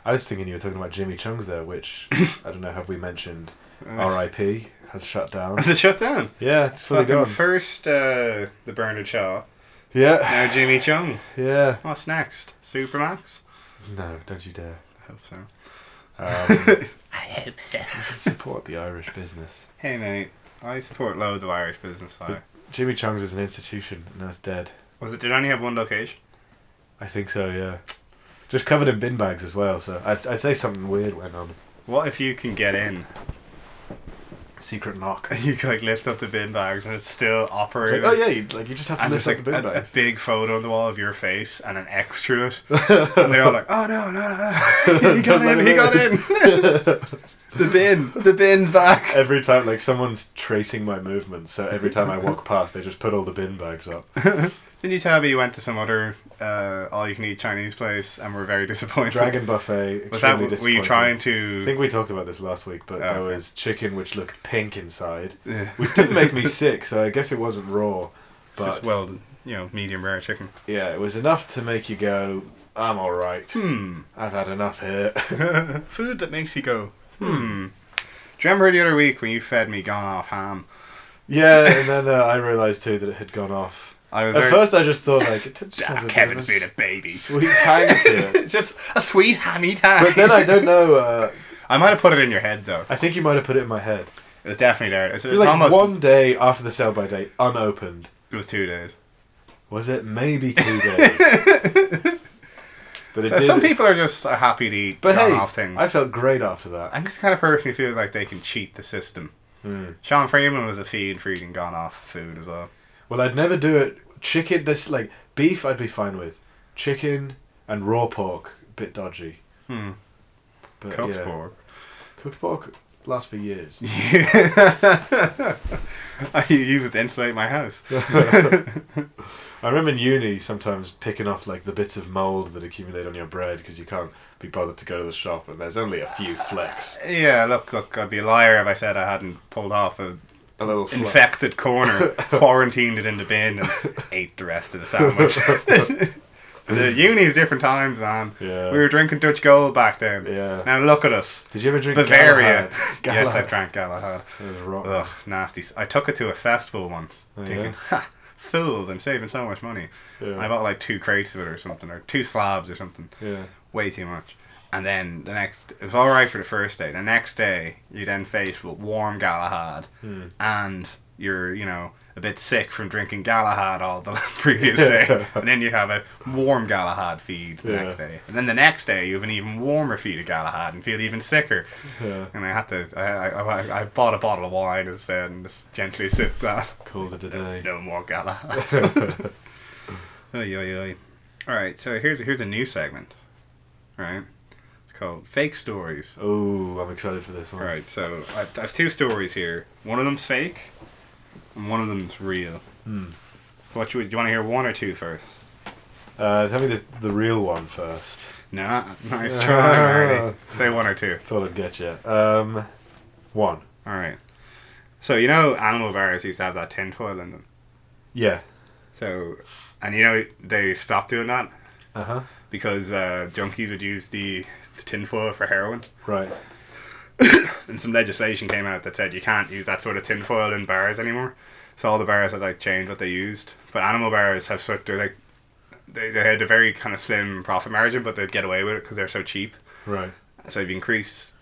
I was thinking you were talking about Jimmy Chung's there, which I don't know have we mentioned. R.I.P. has shut down. Is it shut down? Yeah, it's fully Fucking gone. first, uh, the Bernard Shaw. yeah, Now Jimmy Chung. yeah. What's next? Supermax? No, don't you dare. I hope so. Um, I hope so. support the Irish business. Hey, mate. I support loads of Irish business. I. Jimmy Chung's is an institution, and that's dead. Was it? Did it only have one location? I think so. Yeah, just covered in bin bags as well. So I'd, I'd say something weird went on. What if you can get in? Secret knock. You can, like lift up the bin bags and it's still It's operating. like, oh yeah, you, like you just have to And lift there's up like the bin a, a bags. big photo on the wall of your face and an X through it. and they're all like, oh no, no, no, no. He got Don't let in, him he in. got in. the bin, the bin's back. Every time, like someone's tracing my movements, so every time I walk past, they just put all the bin bags up. Didn't you tell me you went to some other uh, all you can eat Chinese place and were very disappointed? Dragon buffet. Was that Extremely were you disappointing. trying I to? think we talked about this last week, but Oh, there okay. was chicken which looked pink inside, Yeah. which did make me sick. So I guess it wasn't raw, but Just well, you know, medium rare chicken. yeah, it was enough to make you go, "I'm all right. Hmm. I've had enough here." Food that makes you go, hmm. Do you remember the other week when you fed me gone off ham? yeah, and then uh, I realised too that it had gone off. I was At very, first, I just thought like it just "Ah, has a Kevin's bit been of a a baby. sweet tang to it. Just a sweet hammy time. But then I don't know. Uh, I might have put it in your head though. I think you might have put it in my head. It was definitely there. It was, It was like almost. one day after the sell by date, unopened. It was two days. Was it maybe two days? but it So did. some people are just uh, happy to eat but gone hey, off things. I felt great after that. I'm just the kind of person who feels like they can cheat the system. Hmm. Sean Freeman was a fiend for eating gone off food as well. Well, I'd never do it. Chicken, this like beef, I'd be fine with. Chicken and raw pork, bit dodgy. Hmm. But Cooked yeah, pork. cooked pork lasts for years. I use it to insulate my house. I remember in uni sometimes picking off like the bits of mold that accumulate on your bread because you can't be bothered to go to the shop and there's only a few flecks. Yeah, look, look, I'd be a liar if I said I hadn't pulled off a A little fleck. infected corner, quarantined it in the bin, and ate the rest of the sandwich. the uni is different times, man. Yeah. We were drinking Dutch Gold back then. Yeah. Now look at us. Did you ever drink Bavaria. Galahad? Yes, I drank Galahad. It was rotten. Ugh, nasty. I took it to a festival once, Oh, thinking, yeah? ha, fools, I'm saving so much money. Yeah. I bought like two crates of it or something, or two slabs or something. Yeah. Way too much. And then the next, it was all right for the first day. The next day, you're then faced with warm Galahad, and you're, you know, a bit sick from drinking Galahad all the previous day. and then you have a warm Galahad feed the Yeah. next day. And then the next day, you have an even warmer feed of Galahad and feel even sicker. Yeah. And I had to, I, I, I- I bought a bottle of wine instead and just gently sipped that. Called it a day. No more Galahad. Oy, oy, oy. All right, so here's here's a new segment, right? It's called fake stories. oh, I'm excited for this one. All right, so I've, I've two stories here. One of them's fake, and one of them's real. Hmm. What you, do you want to hear? One or two first? Uh, tell me the, the real one first. Nah, nice try, Marty. Say one or two. Thought I'd get you. Um, one. All right. So you know, animal bars used to have that tin foil in them. Yeah. So, and you know they stopped doing that Uh huh. because uh, junkies would use the, the tinfoil for heroin. Right. and some legislation came out that said you can't use that sort of tinfoil in bars anymore. So all the bars had like changed what they used. But animal bars have such they're like they, they had a very kind of slim profit margin, but they'd get away with it because they're so cheap. Right. So if you increase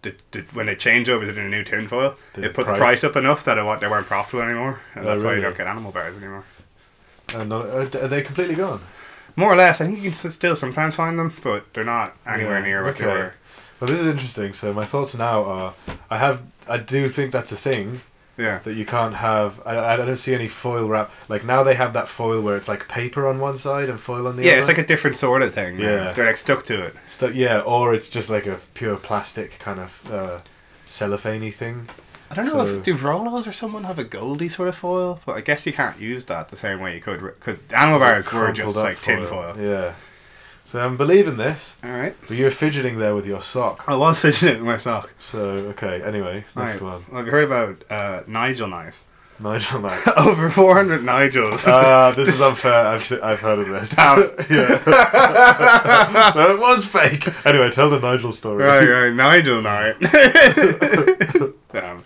the, the when they change over to the new tinfoil, The it put price. the price up enough that it, wa- they weren't profitable anymore, and Oh, that's why really? you don't get animal bars anymore. And Uh, not, are th- are they completely gone? More or less, I think you can s- still sometimes find them, but they're not anywhere Yeah, near what okay. they were. Well, this is interesting. So my thoughts now are, I have, I do think that's a thing Yeah. that you can't have. I, I don't see any foil wrap. Like now they have that foil where it's like paper on one side and foil on the Yeah, other. it's like a different sort of thing. Yeah. They're like stuck to it. So, yeah, or it's just like a pure plastic kind of uh, cellophane thing. I don't know So- if do Rolos or someone have a goldy sort of foil, but I guess you can't use that the same way you could because animal bars were Oh, just Crumpled up like tin foil. Yeah. So I'm believing this, All right, but you're fidgeting there with your sock. I was fidgeting with my sock. So okay. Anyway, All next right. one, Well, have you heard about uh, Nigel knife? Nigel Knight. Over four hundred Nigels. Ah, this is unfair. I've se- I've heard of this. Damn it. yeah. so it was fake. Anyway, tell the Nigel story. right, right, Nigel Knight. Damn.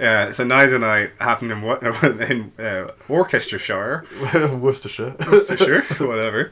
Yeah, so Nigel Knight happened in what in uh, Worcestershire, Worcestershire. Worcestershire, whatever.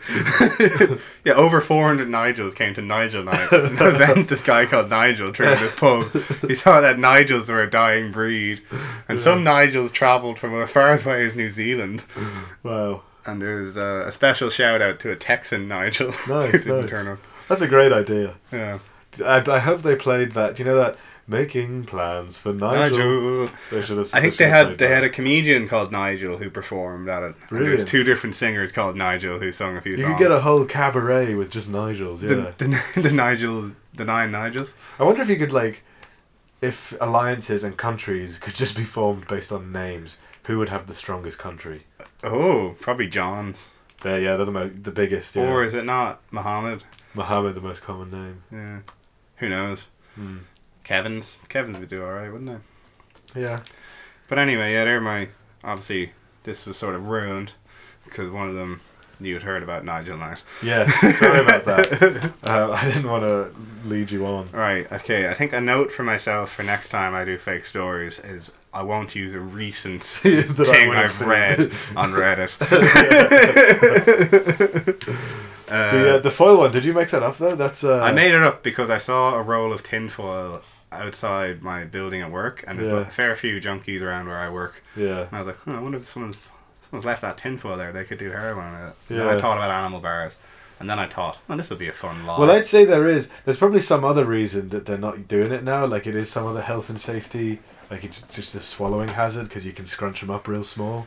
yeah, over 400 Nigels came to Nigel Night. It's an event this guy called Nigel turned his pub. He saw that Nigels were a dying breed, and some Nigels travelled from as far away as New Zealand. Wow, And there's uh, a special shout out to a Texan Nigel. who Nice, didn't nice. turn up. that's a great idea. Yeah, I, I hope they played that. You know that making plans for Nigel. Nigel. They should have. I think they should have had played they that. had a comedian called Nigel who performed at it. And There was Brilliant. two different singers called Nigel who sung a few You songs. could get a whole cabaret with just Nigels. Yeah. the, the, the Nigel the nine Nigels. I wonder if you could like, if alliances and countries could just be formed based on names. Who would have the strongest country? Oh, probably John's. They're, yeah, they're the mo- the biggest. Yeah. Or is it not Muhammad? Mohammed, the most common name. Yeah. Who knows? Hmm. Kevin's Kevin's would do all right, wouldn't they? Yeah. But anyway, yeah, they're my obviously this was sort of ruined because one of them you had heard about Nigel Knight. Yes. Sorry about that. Uh, I didn't want to lead you on. Right. Okay. I think a note for myself for next time I do fake stories is I won't use a recent That I thing would have I've seen. read on Reddit. the, uh, uh, the foil one. Did you make that up though? That's. Uh, I made it up because I saw a roll of tinfoil outside my building at work, and there's Yeah. a fair few junkies around where I work. Yeah. And I was like, hmm, I wonder if someone's someone's left that tinfoil there. They could do heroin. on it. And Then Yeah. I thought about animal bars, and then I thought, well, this would be a fun lie. Well, I'd say there is. There's probably some other reason that they're not doing it now. Like it is some other health and safety. Like it's just a swallowing hazard because you can scrunch them up real small.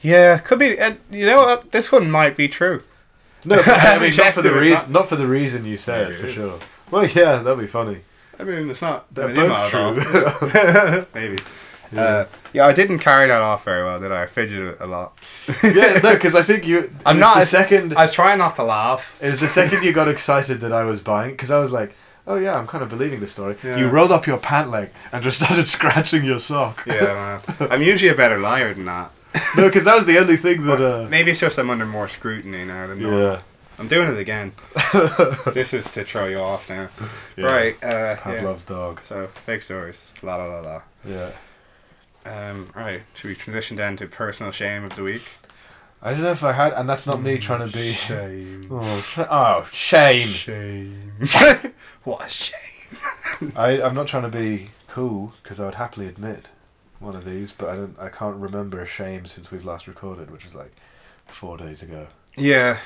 yeah, could be. Uh, you know what? This one might be true. No, but I mean, not Check for the them, reason. Not for the reason you said Maybe it for is. sure. Well, yeah, that'd be funny. I mean, it's not. They're I mean, you both might as true. well. Maybe. Yeah. yeah, Uh, yeah, I didn't carry that off very well, did I? I fidgeted a lot. yeah, no, because I think you. I'm it was not- the second. I was trying not to laugh. It was the second you got excited that I was buying because I was like, "Oh yeah, I'm kind of believing this story." Yeah. You rolled up your pant leg and just started scratching your sock. Yeah, man. I'm usually a better liar than that. no, because that was the only thing that. Uh, Maybe it's just I'm under more scrutiny now than normal. yeah, I'm doing it again. this is to throw you off now. yeah. Right. Uh, yeah. Pavlov's dog. So fake stories. La la la la. Yeah. Um, right. Should we transition down to personal shame of the week? I don't know if I had, and that's not me trying to be. Shame. Oh, sh- oh shame! Shame. what a shame. I, I'm not trying to be cool because I would happily admit one of these, but I don't. I can't remember a shame since we've last recorded, which was like four days ago. Yeah.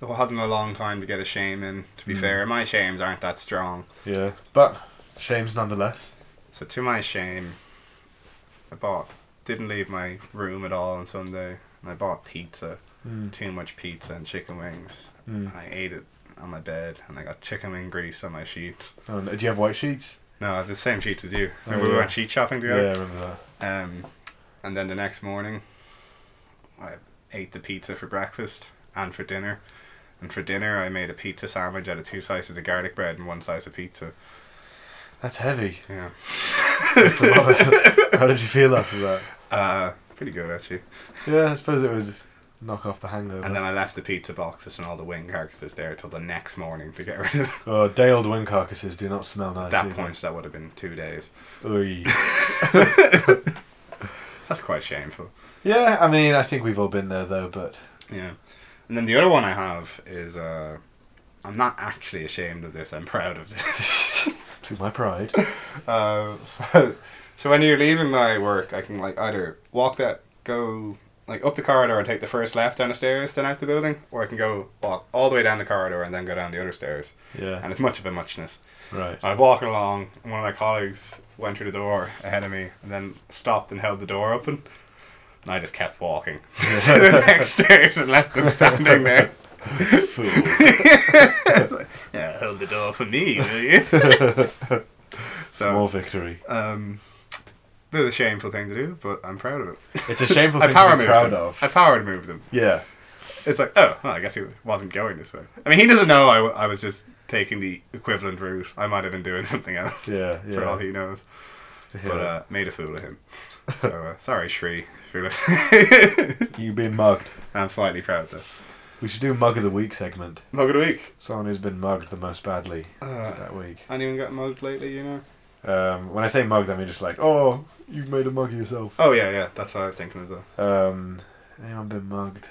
Well, having a long time to get a shame in. To be Mm. fair, my shames aren't that strong. Yeah, but shames nonetheless. So to my shame, I bought. Didn't leave my room at all on Sunday, and I bought pizza. Mm. Too much pizza and chicken wings. Mm. I ate it on my bed, and I got chicken wing grease on my sheets. Oh, no, do you have white sheets? No, I had the same sheets as you. Oh, Remember we yeah. went sheet shopping Yeah, I together. remember that. Um, and then the next morning, I ate the pizza for breakfast and for dinner. And for dinner, I made a pizza sandwich out of two slices of garlic bread and one slice of pizza. That's heavy. Yeah, That's a lot. How did you feel after that? uh, pretty good actually. Yeah, I suppose it would knock off the hangover. And then I left the pizza boxes and all the wing carcasses there till the next morning to get rid of. them. Oh, day old wing carcasses do not smell nice. At that either. point, that would have been two days. Oy. That's quite shameful. Yeah, I mean, I think we've all been there though, but Yeah. And then the other one I have is uh, I'm not actually ashamed of this. I'm proud of this. to my pride. uh, so when you're leaving my work, I can like either walk that go like up the corridor and take the first left down the stairs, then out the building, or I can go walk all the way down the corridor and then go down the other stairs. Yeah. And it's much of a muchness. Right. I was walking along, and one of my colleagues went through the door ahead of me, and then stopped and held the door open. And I just kept walking to the next stairs and left them standing there. Fool. Yeah, hold the door for me, will you? Small so, victory. um, bit of a shameful thing to do, but I'm proud of it. It's a shameful I thing power to be moved proud him. of. I power moved him. Yeah. It's like, oh, well, I guess he wasn't going this way. I mean, he doesn't know I, w- I was just taking the equivalent route. I might have been doing something else, Yeah. Yeah. for all he knows. Yeah. But uh, made a fool of him. So uh, sorry, Shri. Fool- You've been mugged. I'm slightly proud though. We should do mug of the week segment. Mug of the week. Someone who's been mugged the most badly Uh, that week. anyone got mugged lately? You know? Um, when I say mugged, I mean just like, oh, you've made a mug of yourself. Oh yeah, yeah. That's what I was thinking as well. Um, anyone been mugged?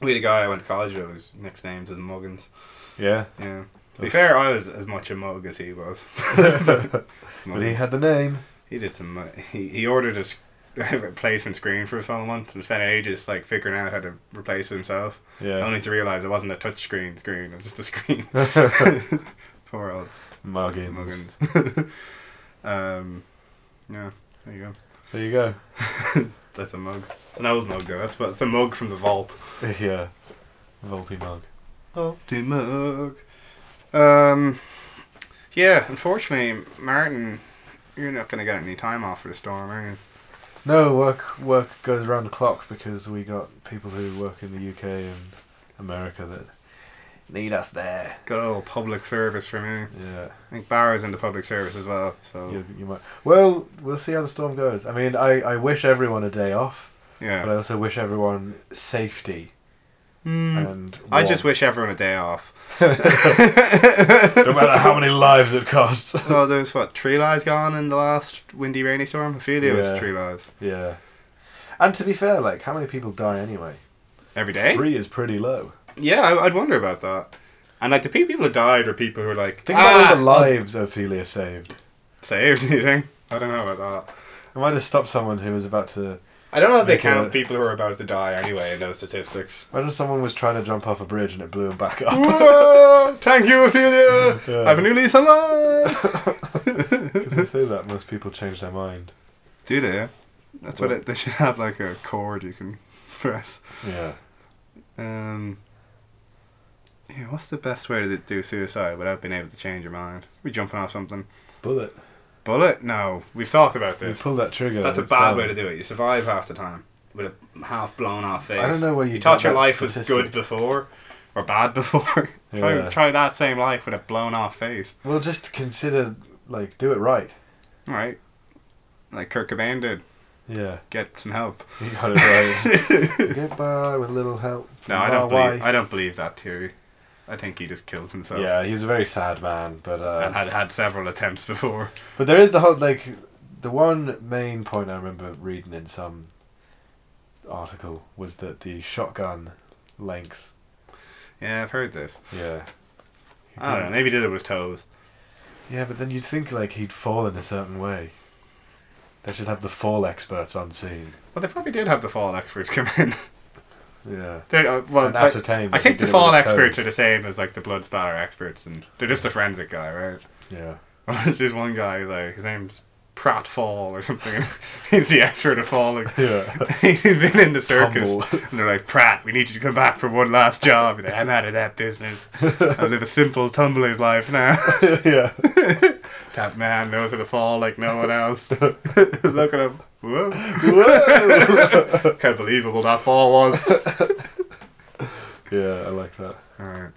We had a guy I went to college with. His next name's is Muggins. Yeah. Yeah. To be Oof. fair, I was as much a mug as he was. But he had the name. He did some. uh, He he ordered a s- replacement screen for his phone once and spent ages like figuring out how to replace it himself, Yeah. only to realize it wasn't a touch screen screen. It was just a screen. Poor old Muggins. Muggins. um, yeah, there you go. There you go. That's a mug. An old mug though. That's what the mug from the vault. yeah. Volty mug. Vaulty mug. Um, yeah. Unfortunately, Martin, you're not gonna get any time off for the storm, are you? No, work work goes around the clock because we got people who work in the UK and America that need us there. Good old public service for me. Yeah. I think Barra's in the public service as well, so You, you might. Well, we'll see how the storm goes. I mean, I, I wish everyone a day off, yeah. but I also wish everyone safety Hmm. and. I just warmth. wish everyone a day off. No matter how many lives it costs. So there's what three lives gone in the last windy rainy storm. Ophelia Yeah. was three lives yeah. And to be fair, like, how many people die anyway? every day. Three is pretty low. Yeah, I, I'd wonder about that. And like the pe- people who died are people who are like Think about all "Ah, the lives Ophelia saved. saved. You think? I don't know about that. I might have stopped someone who was about to. I don't know if they Make a- count people who are about to die anyway in those statistics. Imagine someone was trying to jump off a bridge and it blew him back up Whoa, thank you, Ophelia. Yeah. I have a new lease on life. because they say that most people change their mind. Do they? That's what it, they should have like a chord you can press. Yeah. Um, yeah, what's the best way to do suicide without being able to change your mind? We jumping off something? Bullet. Bullet? No, we've talked about You this. pull that trigger. That's a and it's bad done. way to do it. You survive half the time with a half blown off face. I don't know where you You thought got your that life was statistic. good before or bad before. Yeah. try, try that same life with a blown off face. Well, just consider like do it right. All right, like Kurt Cobain did. Yeah, Get some help. you got it right. Get by with a little help. No, I don't believe. I don't believe that theory. I think he just killed himself. Yeah, he was a very sad man, but And uh, had had several attempts before. but there is the whole like the one main point I remember reading in some article was that the shotgun length. Yeah, I've heard this. Yeah. I don't know. Maybe he did it with his toes. Yeah, but then you'd think like he'd fall in a certain way. They should have the fall experts on scene. Well, they probably did have the fall experts come in. Yeah. They're, uh, well, and but ascertain. I that he think the did it with fall his experts are toes. the same as like the blood spatter experts, and they're just a forensic guy, right? Yeah. There's one guy like his name's Pratt Fall or something. He's the expert of falling. Yeah. He's been in the circus, Tumble. and they're like Pratt, we need you to come back for one last job. He's like, I'm out of that business. I live a simple tumbler's life now. yeah. that man knows how to fall like no one else. Look at him. Whoa. How believable that fall was. Yeah, I like that. Alright.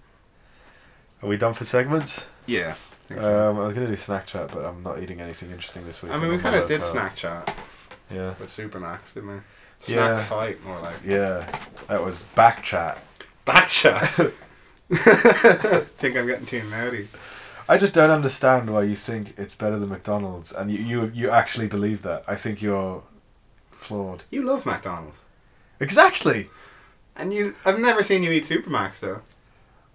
Are we done for segments? Yeah. I think so. Um, I was gonna do snack chat, but I'm not eating anything interesting this week. I mean, I'm we on my kind of did workout. snack chat Yeah, with Supermax, didn't we? Snack Yeah. fight, more like. yeah. That was back chat. Back chat. think I'm getting too nerdy. I just don't understand why you think it's better than McDonald's, and you you, you actually believe that. I think you're flawed. You love McDonald's. Exactly. And you, I've never seen you eat Supermax though.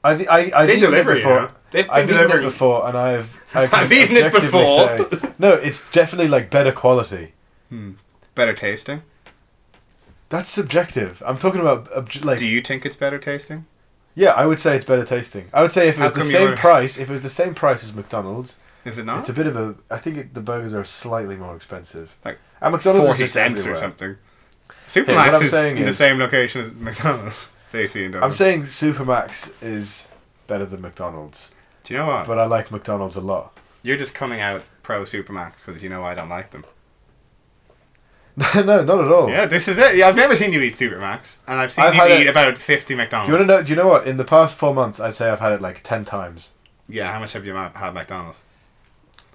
I've I, I've they eaten deliver it you before. know? They've been I've eaten it delivering. before, and I've I can I've eaten it objectively before. say- no, it's definitely like better quality. Hmm. Better tasting. That's subjective. I'm talking about obj- like Do you think it's better tasting? yeah. I would say it's better tasting. I would say if it How was the come you same were- price, if it was the same price as McDonald's, Is it not? it's a bit of a. I think it, the burgers are slightly more expensive. Like, and McDonald's is forty just cents everywhere. or something. what Supermax I'm is saying in the is- same location as McDonald's. Basically, in I'm Dublin. saying Supermax is better than McDonald's, Do you know what? but I like McDonald's a lot. You're just coming out pro Supermax because you know I don't like them. no, not at all. Yeah, this is it. Yeah, I've never seen you eat Supermax, and I've seen Oh. I've you had eat it- about fifty McDonald's. Do you want to know? Do you know what? In the past four months, I'd say I've had it like ten times Yeah, how much have you ma- had McDonald's?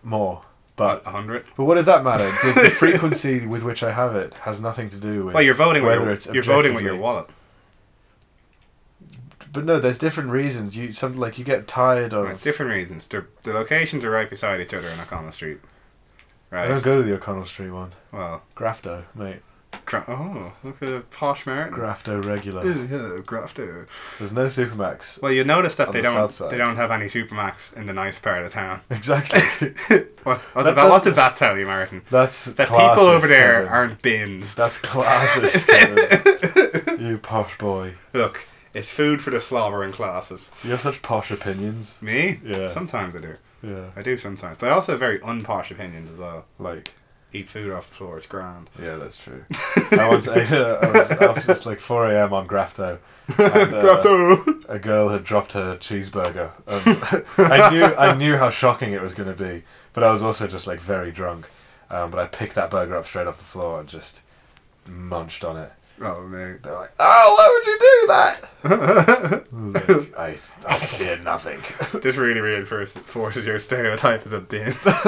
more. About But hundred. but what does that matter? The, the frequency with which I have it has nothing to do with. Well, you're voting with whether your, it's you're voting with your objectively- wallet. But no, there's different reasons. You some like you get tired of. Right, different reasons. They're, the locations are right beside each other in O'Connell Street. I Right. don't go to the O'Connell Street one. Well, Grafto, mate. gra- oh, look at a posh Merton. Grafto regular. Yeah, grafter. There's no Supermax. Well, you notice that On they the don't south side. they don't have any supermax in the nice part of town. Exactly. What, what, That does that, what does- does that tell you, Martin? That's That classist, people over there Kevin. aren't bins. That's classist, Kevin. you posh boy. Look, it's food for the slobbering classes. You have such posh opinions. Me? Yeah. Sometimes I do. Yeah. I do sometimes. But I also have very unposh opinions as well. Like, Eat food off the floor, it's grand. yeah, that's true. I once ate a, I was, I was just like 4 a.m. on Grafto. And, uh, Grafto! A girl had dropped her cheeseburger. Um, I knew I knew how shocking it was going to be, but I was also just like very drunk. Um, but I picked that burger up straight off the floor and just munched on it. Oh, mate. They're like, "Oh, why would you do that?" I, was like, I, I fear nothing. This really reinforces your stereotype as a bin.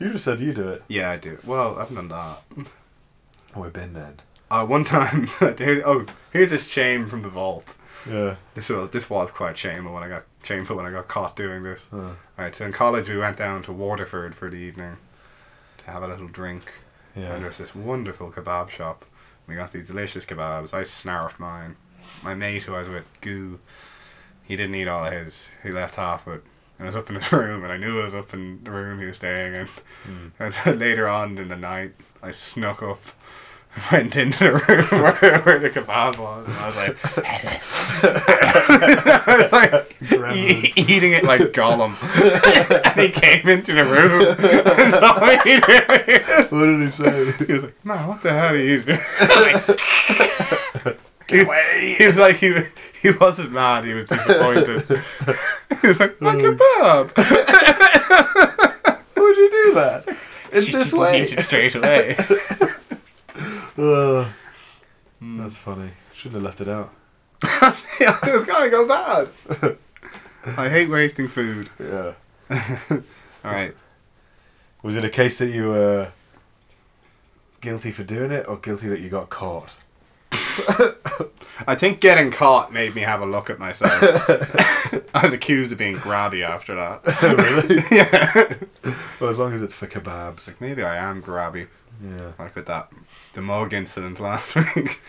you just said you do it. yeah, I do. Well, I've done that. Oh, we've been then. Uh, one time, here- oh, here's a shame from the vault. Yeah. This was, this was quite shameful when I got shameful when I got caught doing this. Huh. Right, so in college we went down to Waterford for the evening to have a little drink, and Yeah. there's this wonderful kebab shop. We got these delicious kebabs. I snarfed mine. My mate who I was with, Goo, he didn't eat all of his. He left half of it. And I was up in his room, and I knew I was up in the room he was staying in. Hmm. And later on in the night, I snuck up, went into the room where, where the kebab was, and I was like, I was like e- eating it like Gollum. and he came into the room and saw me doing it. What did he say? He was like, man, what the hell are you doing? I was like, He, he was like, he, he wasn't mad, he was disappointed. he was like, my kebab! Why would you do that? In this Eat way. it straight away. Ugh. That's funny. Shouldn't have left it out. it was gonna go bad. I hate wasting food. Yeah. Alright. Was it a case that you were guilty for doing it, or guilty that you got caught? I think getting caught made me have a look at myself. I was accused of being grabby after that. really? yeah. Well, as long as it's for kebabs. Maybe I am grabby. Yeah. Like with that, the mug incident last week.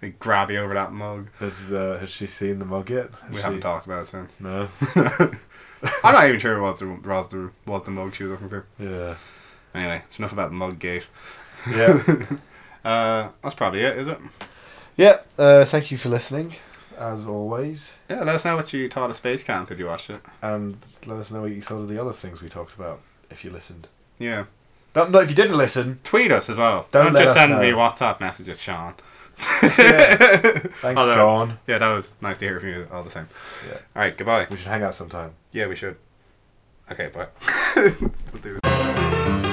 Be grabby over that mug. Has uh, has she seen the mug yet? Has We she- haven't talked about it since. No. I'm not even sure it was the, was, the, was the mug she was looking for. Yeah. Anyway, it's enough about Mudgate. Yeah. Uh, that's probably it, is it? yeah. Uh, thank you for listening, as always, Yeah, let us know what you thought of Space Camp if you watched it. and let us know what you thought of the other things we talked about if you listened. Yeah. Don't, no, if you didn't listen. Tweet us as well. Don't Don't, let us just send know. me WhatsApp messages, Sean. Yeah. Thanks, Although- Sean. Yeah, that was nice to hear from you all the time. Yeah. All right, goodbye. We should hang out sometime. Yeah, we should. Okay, bye. We'll do this.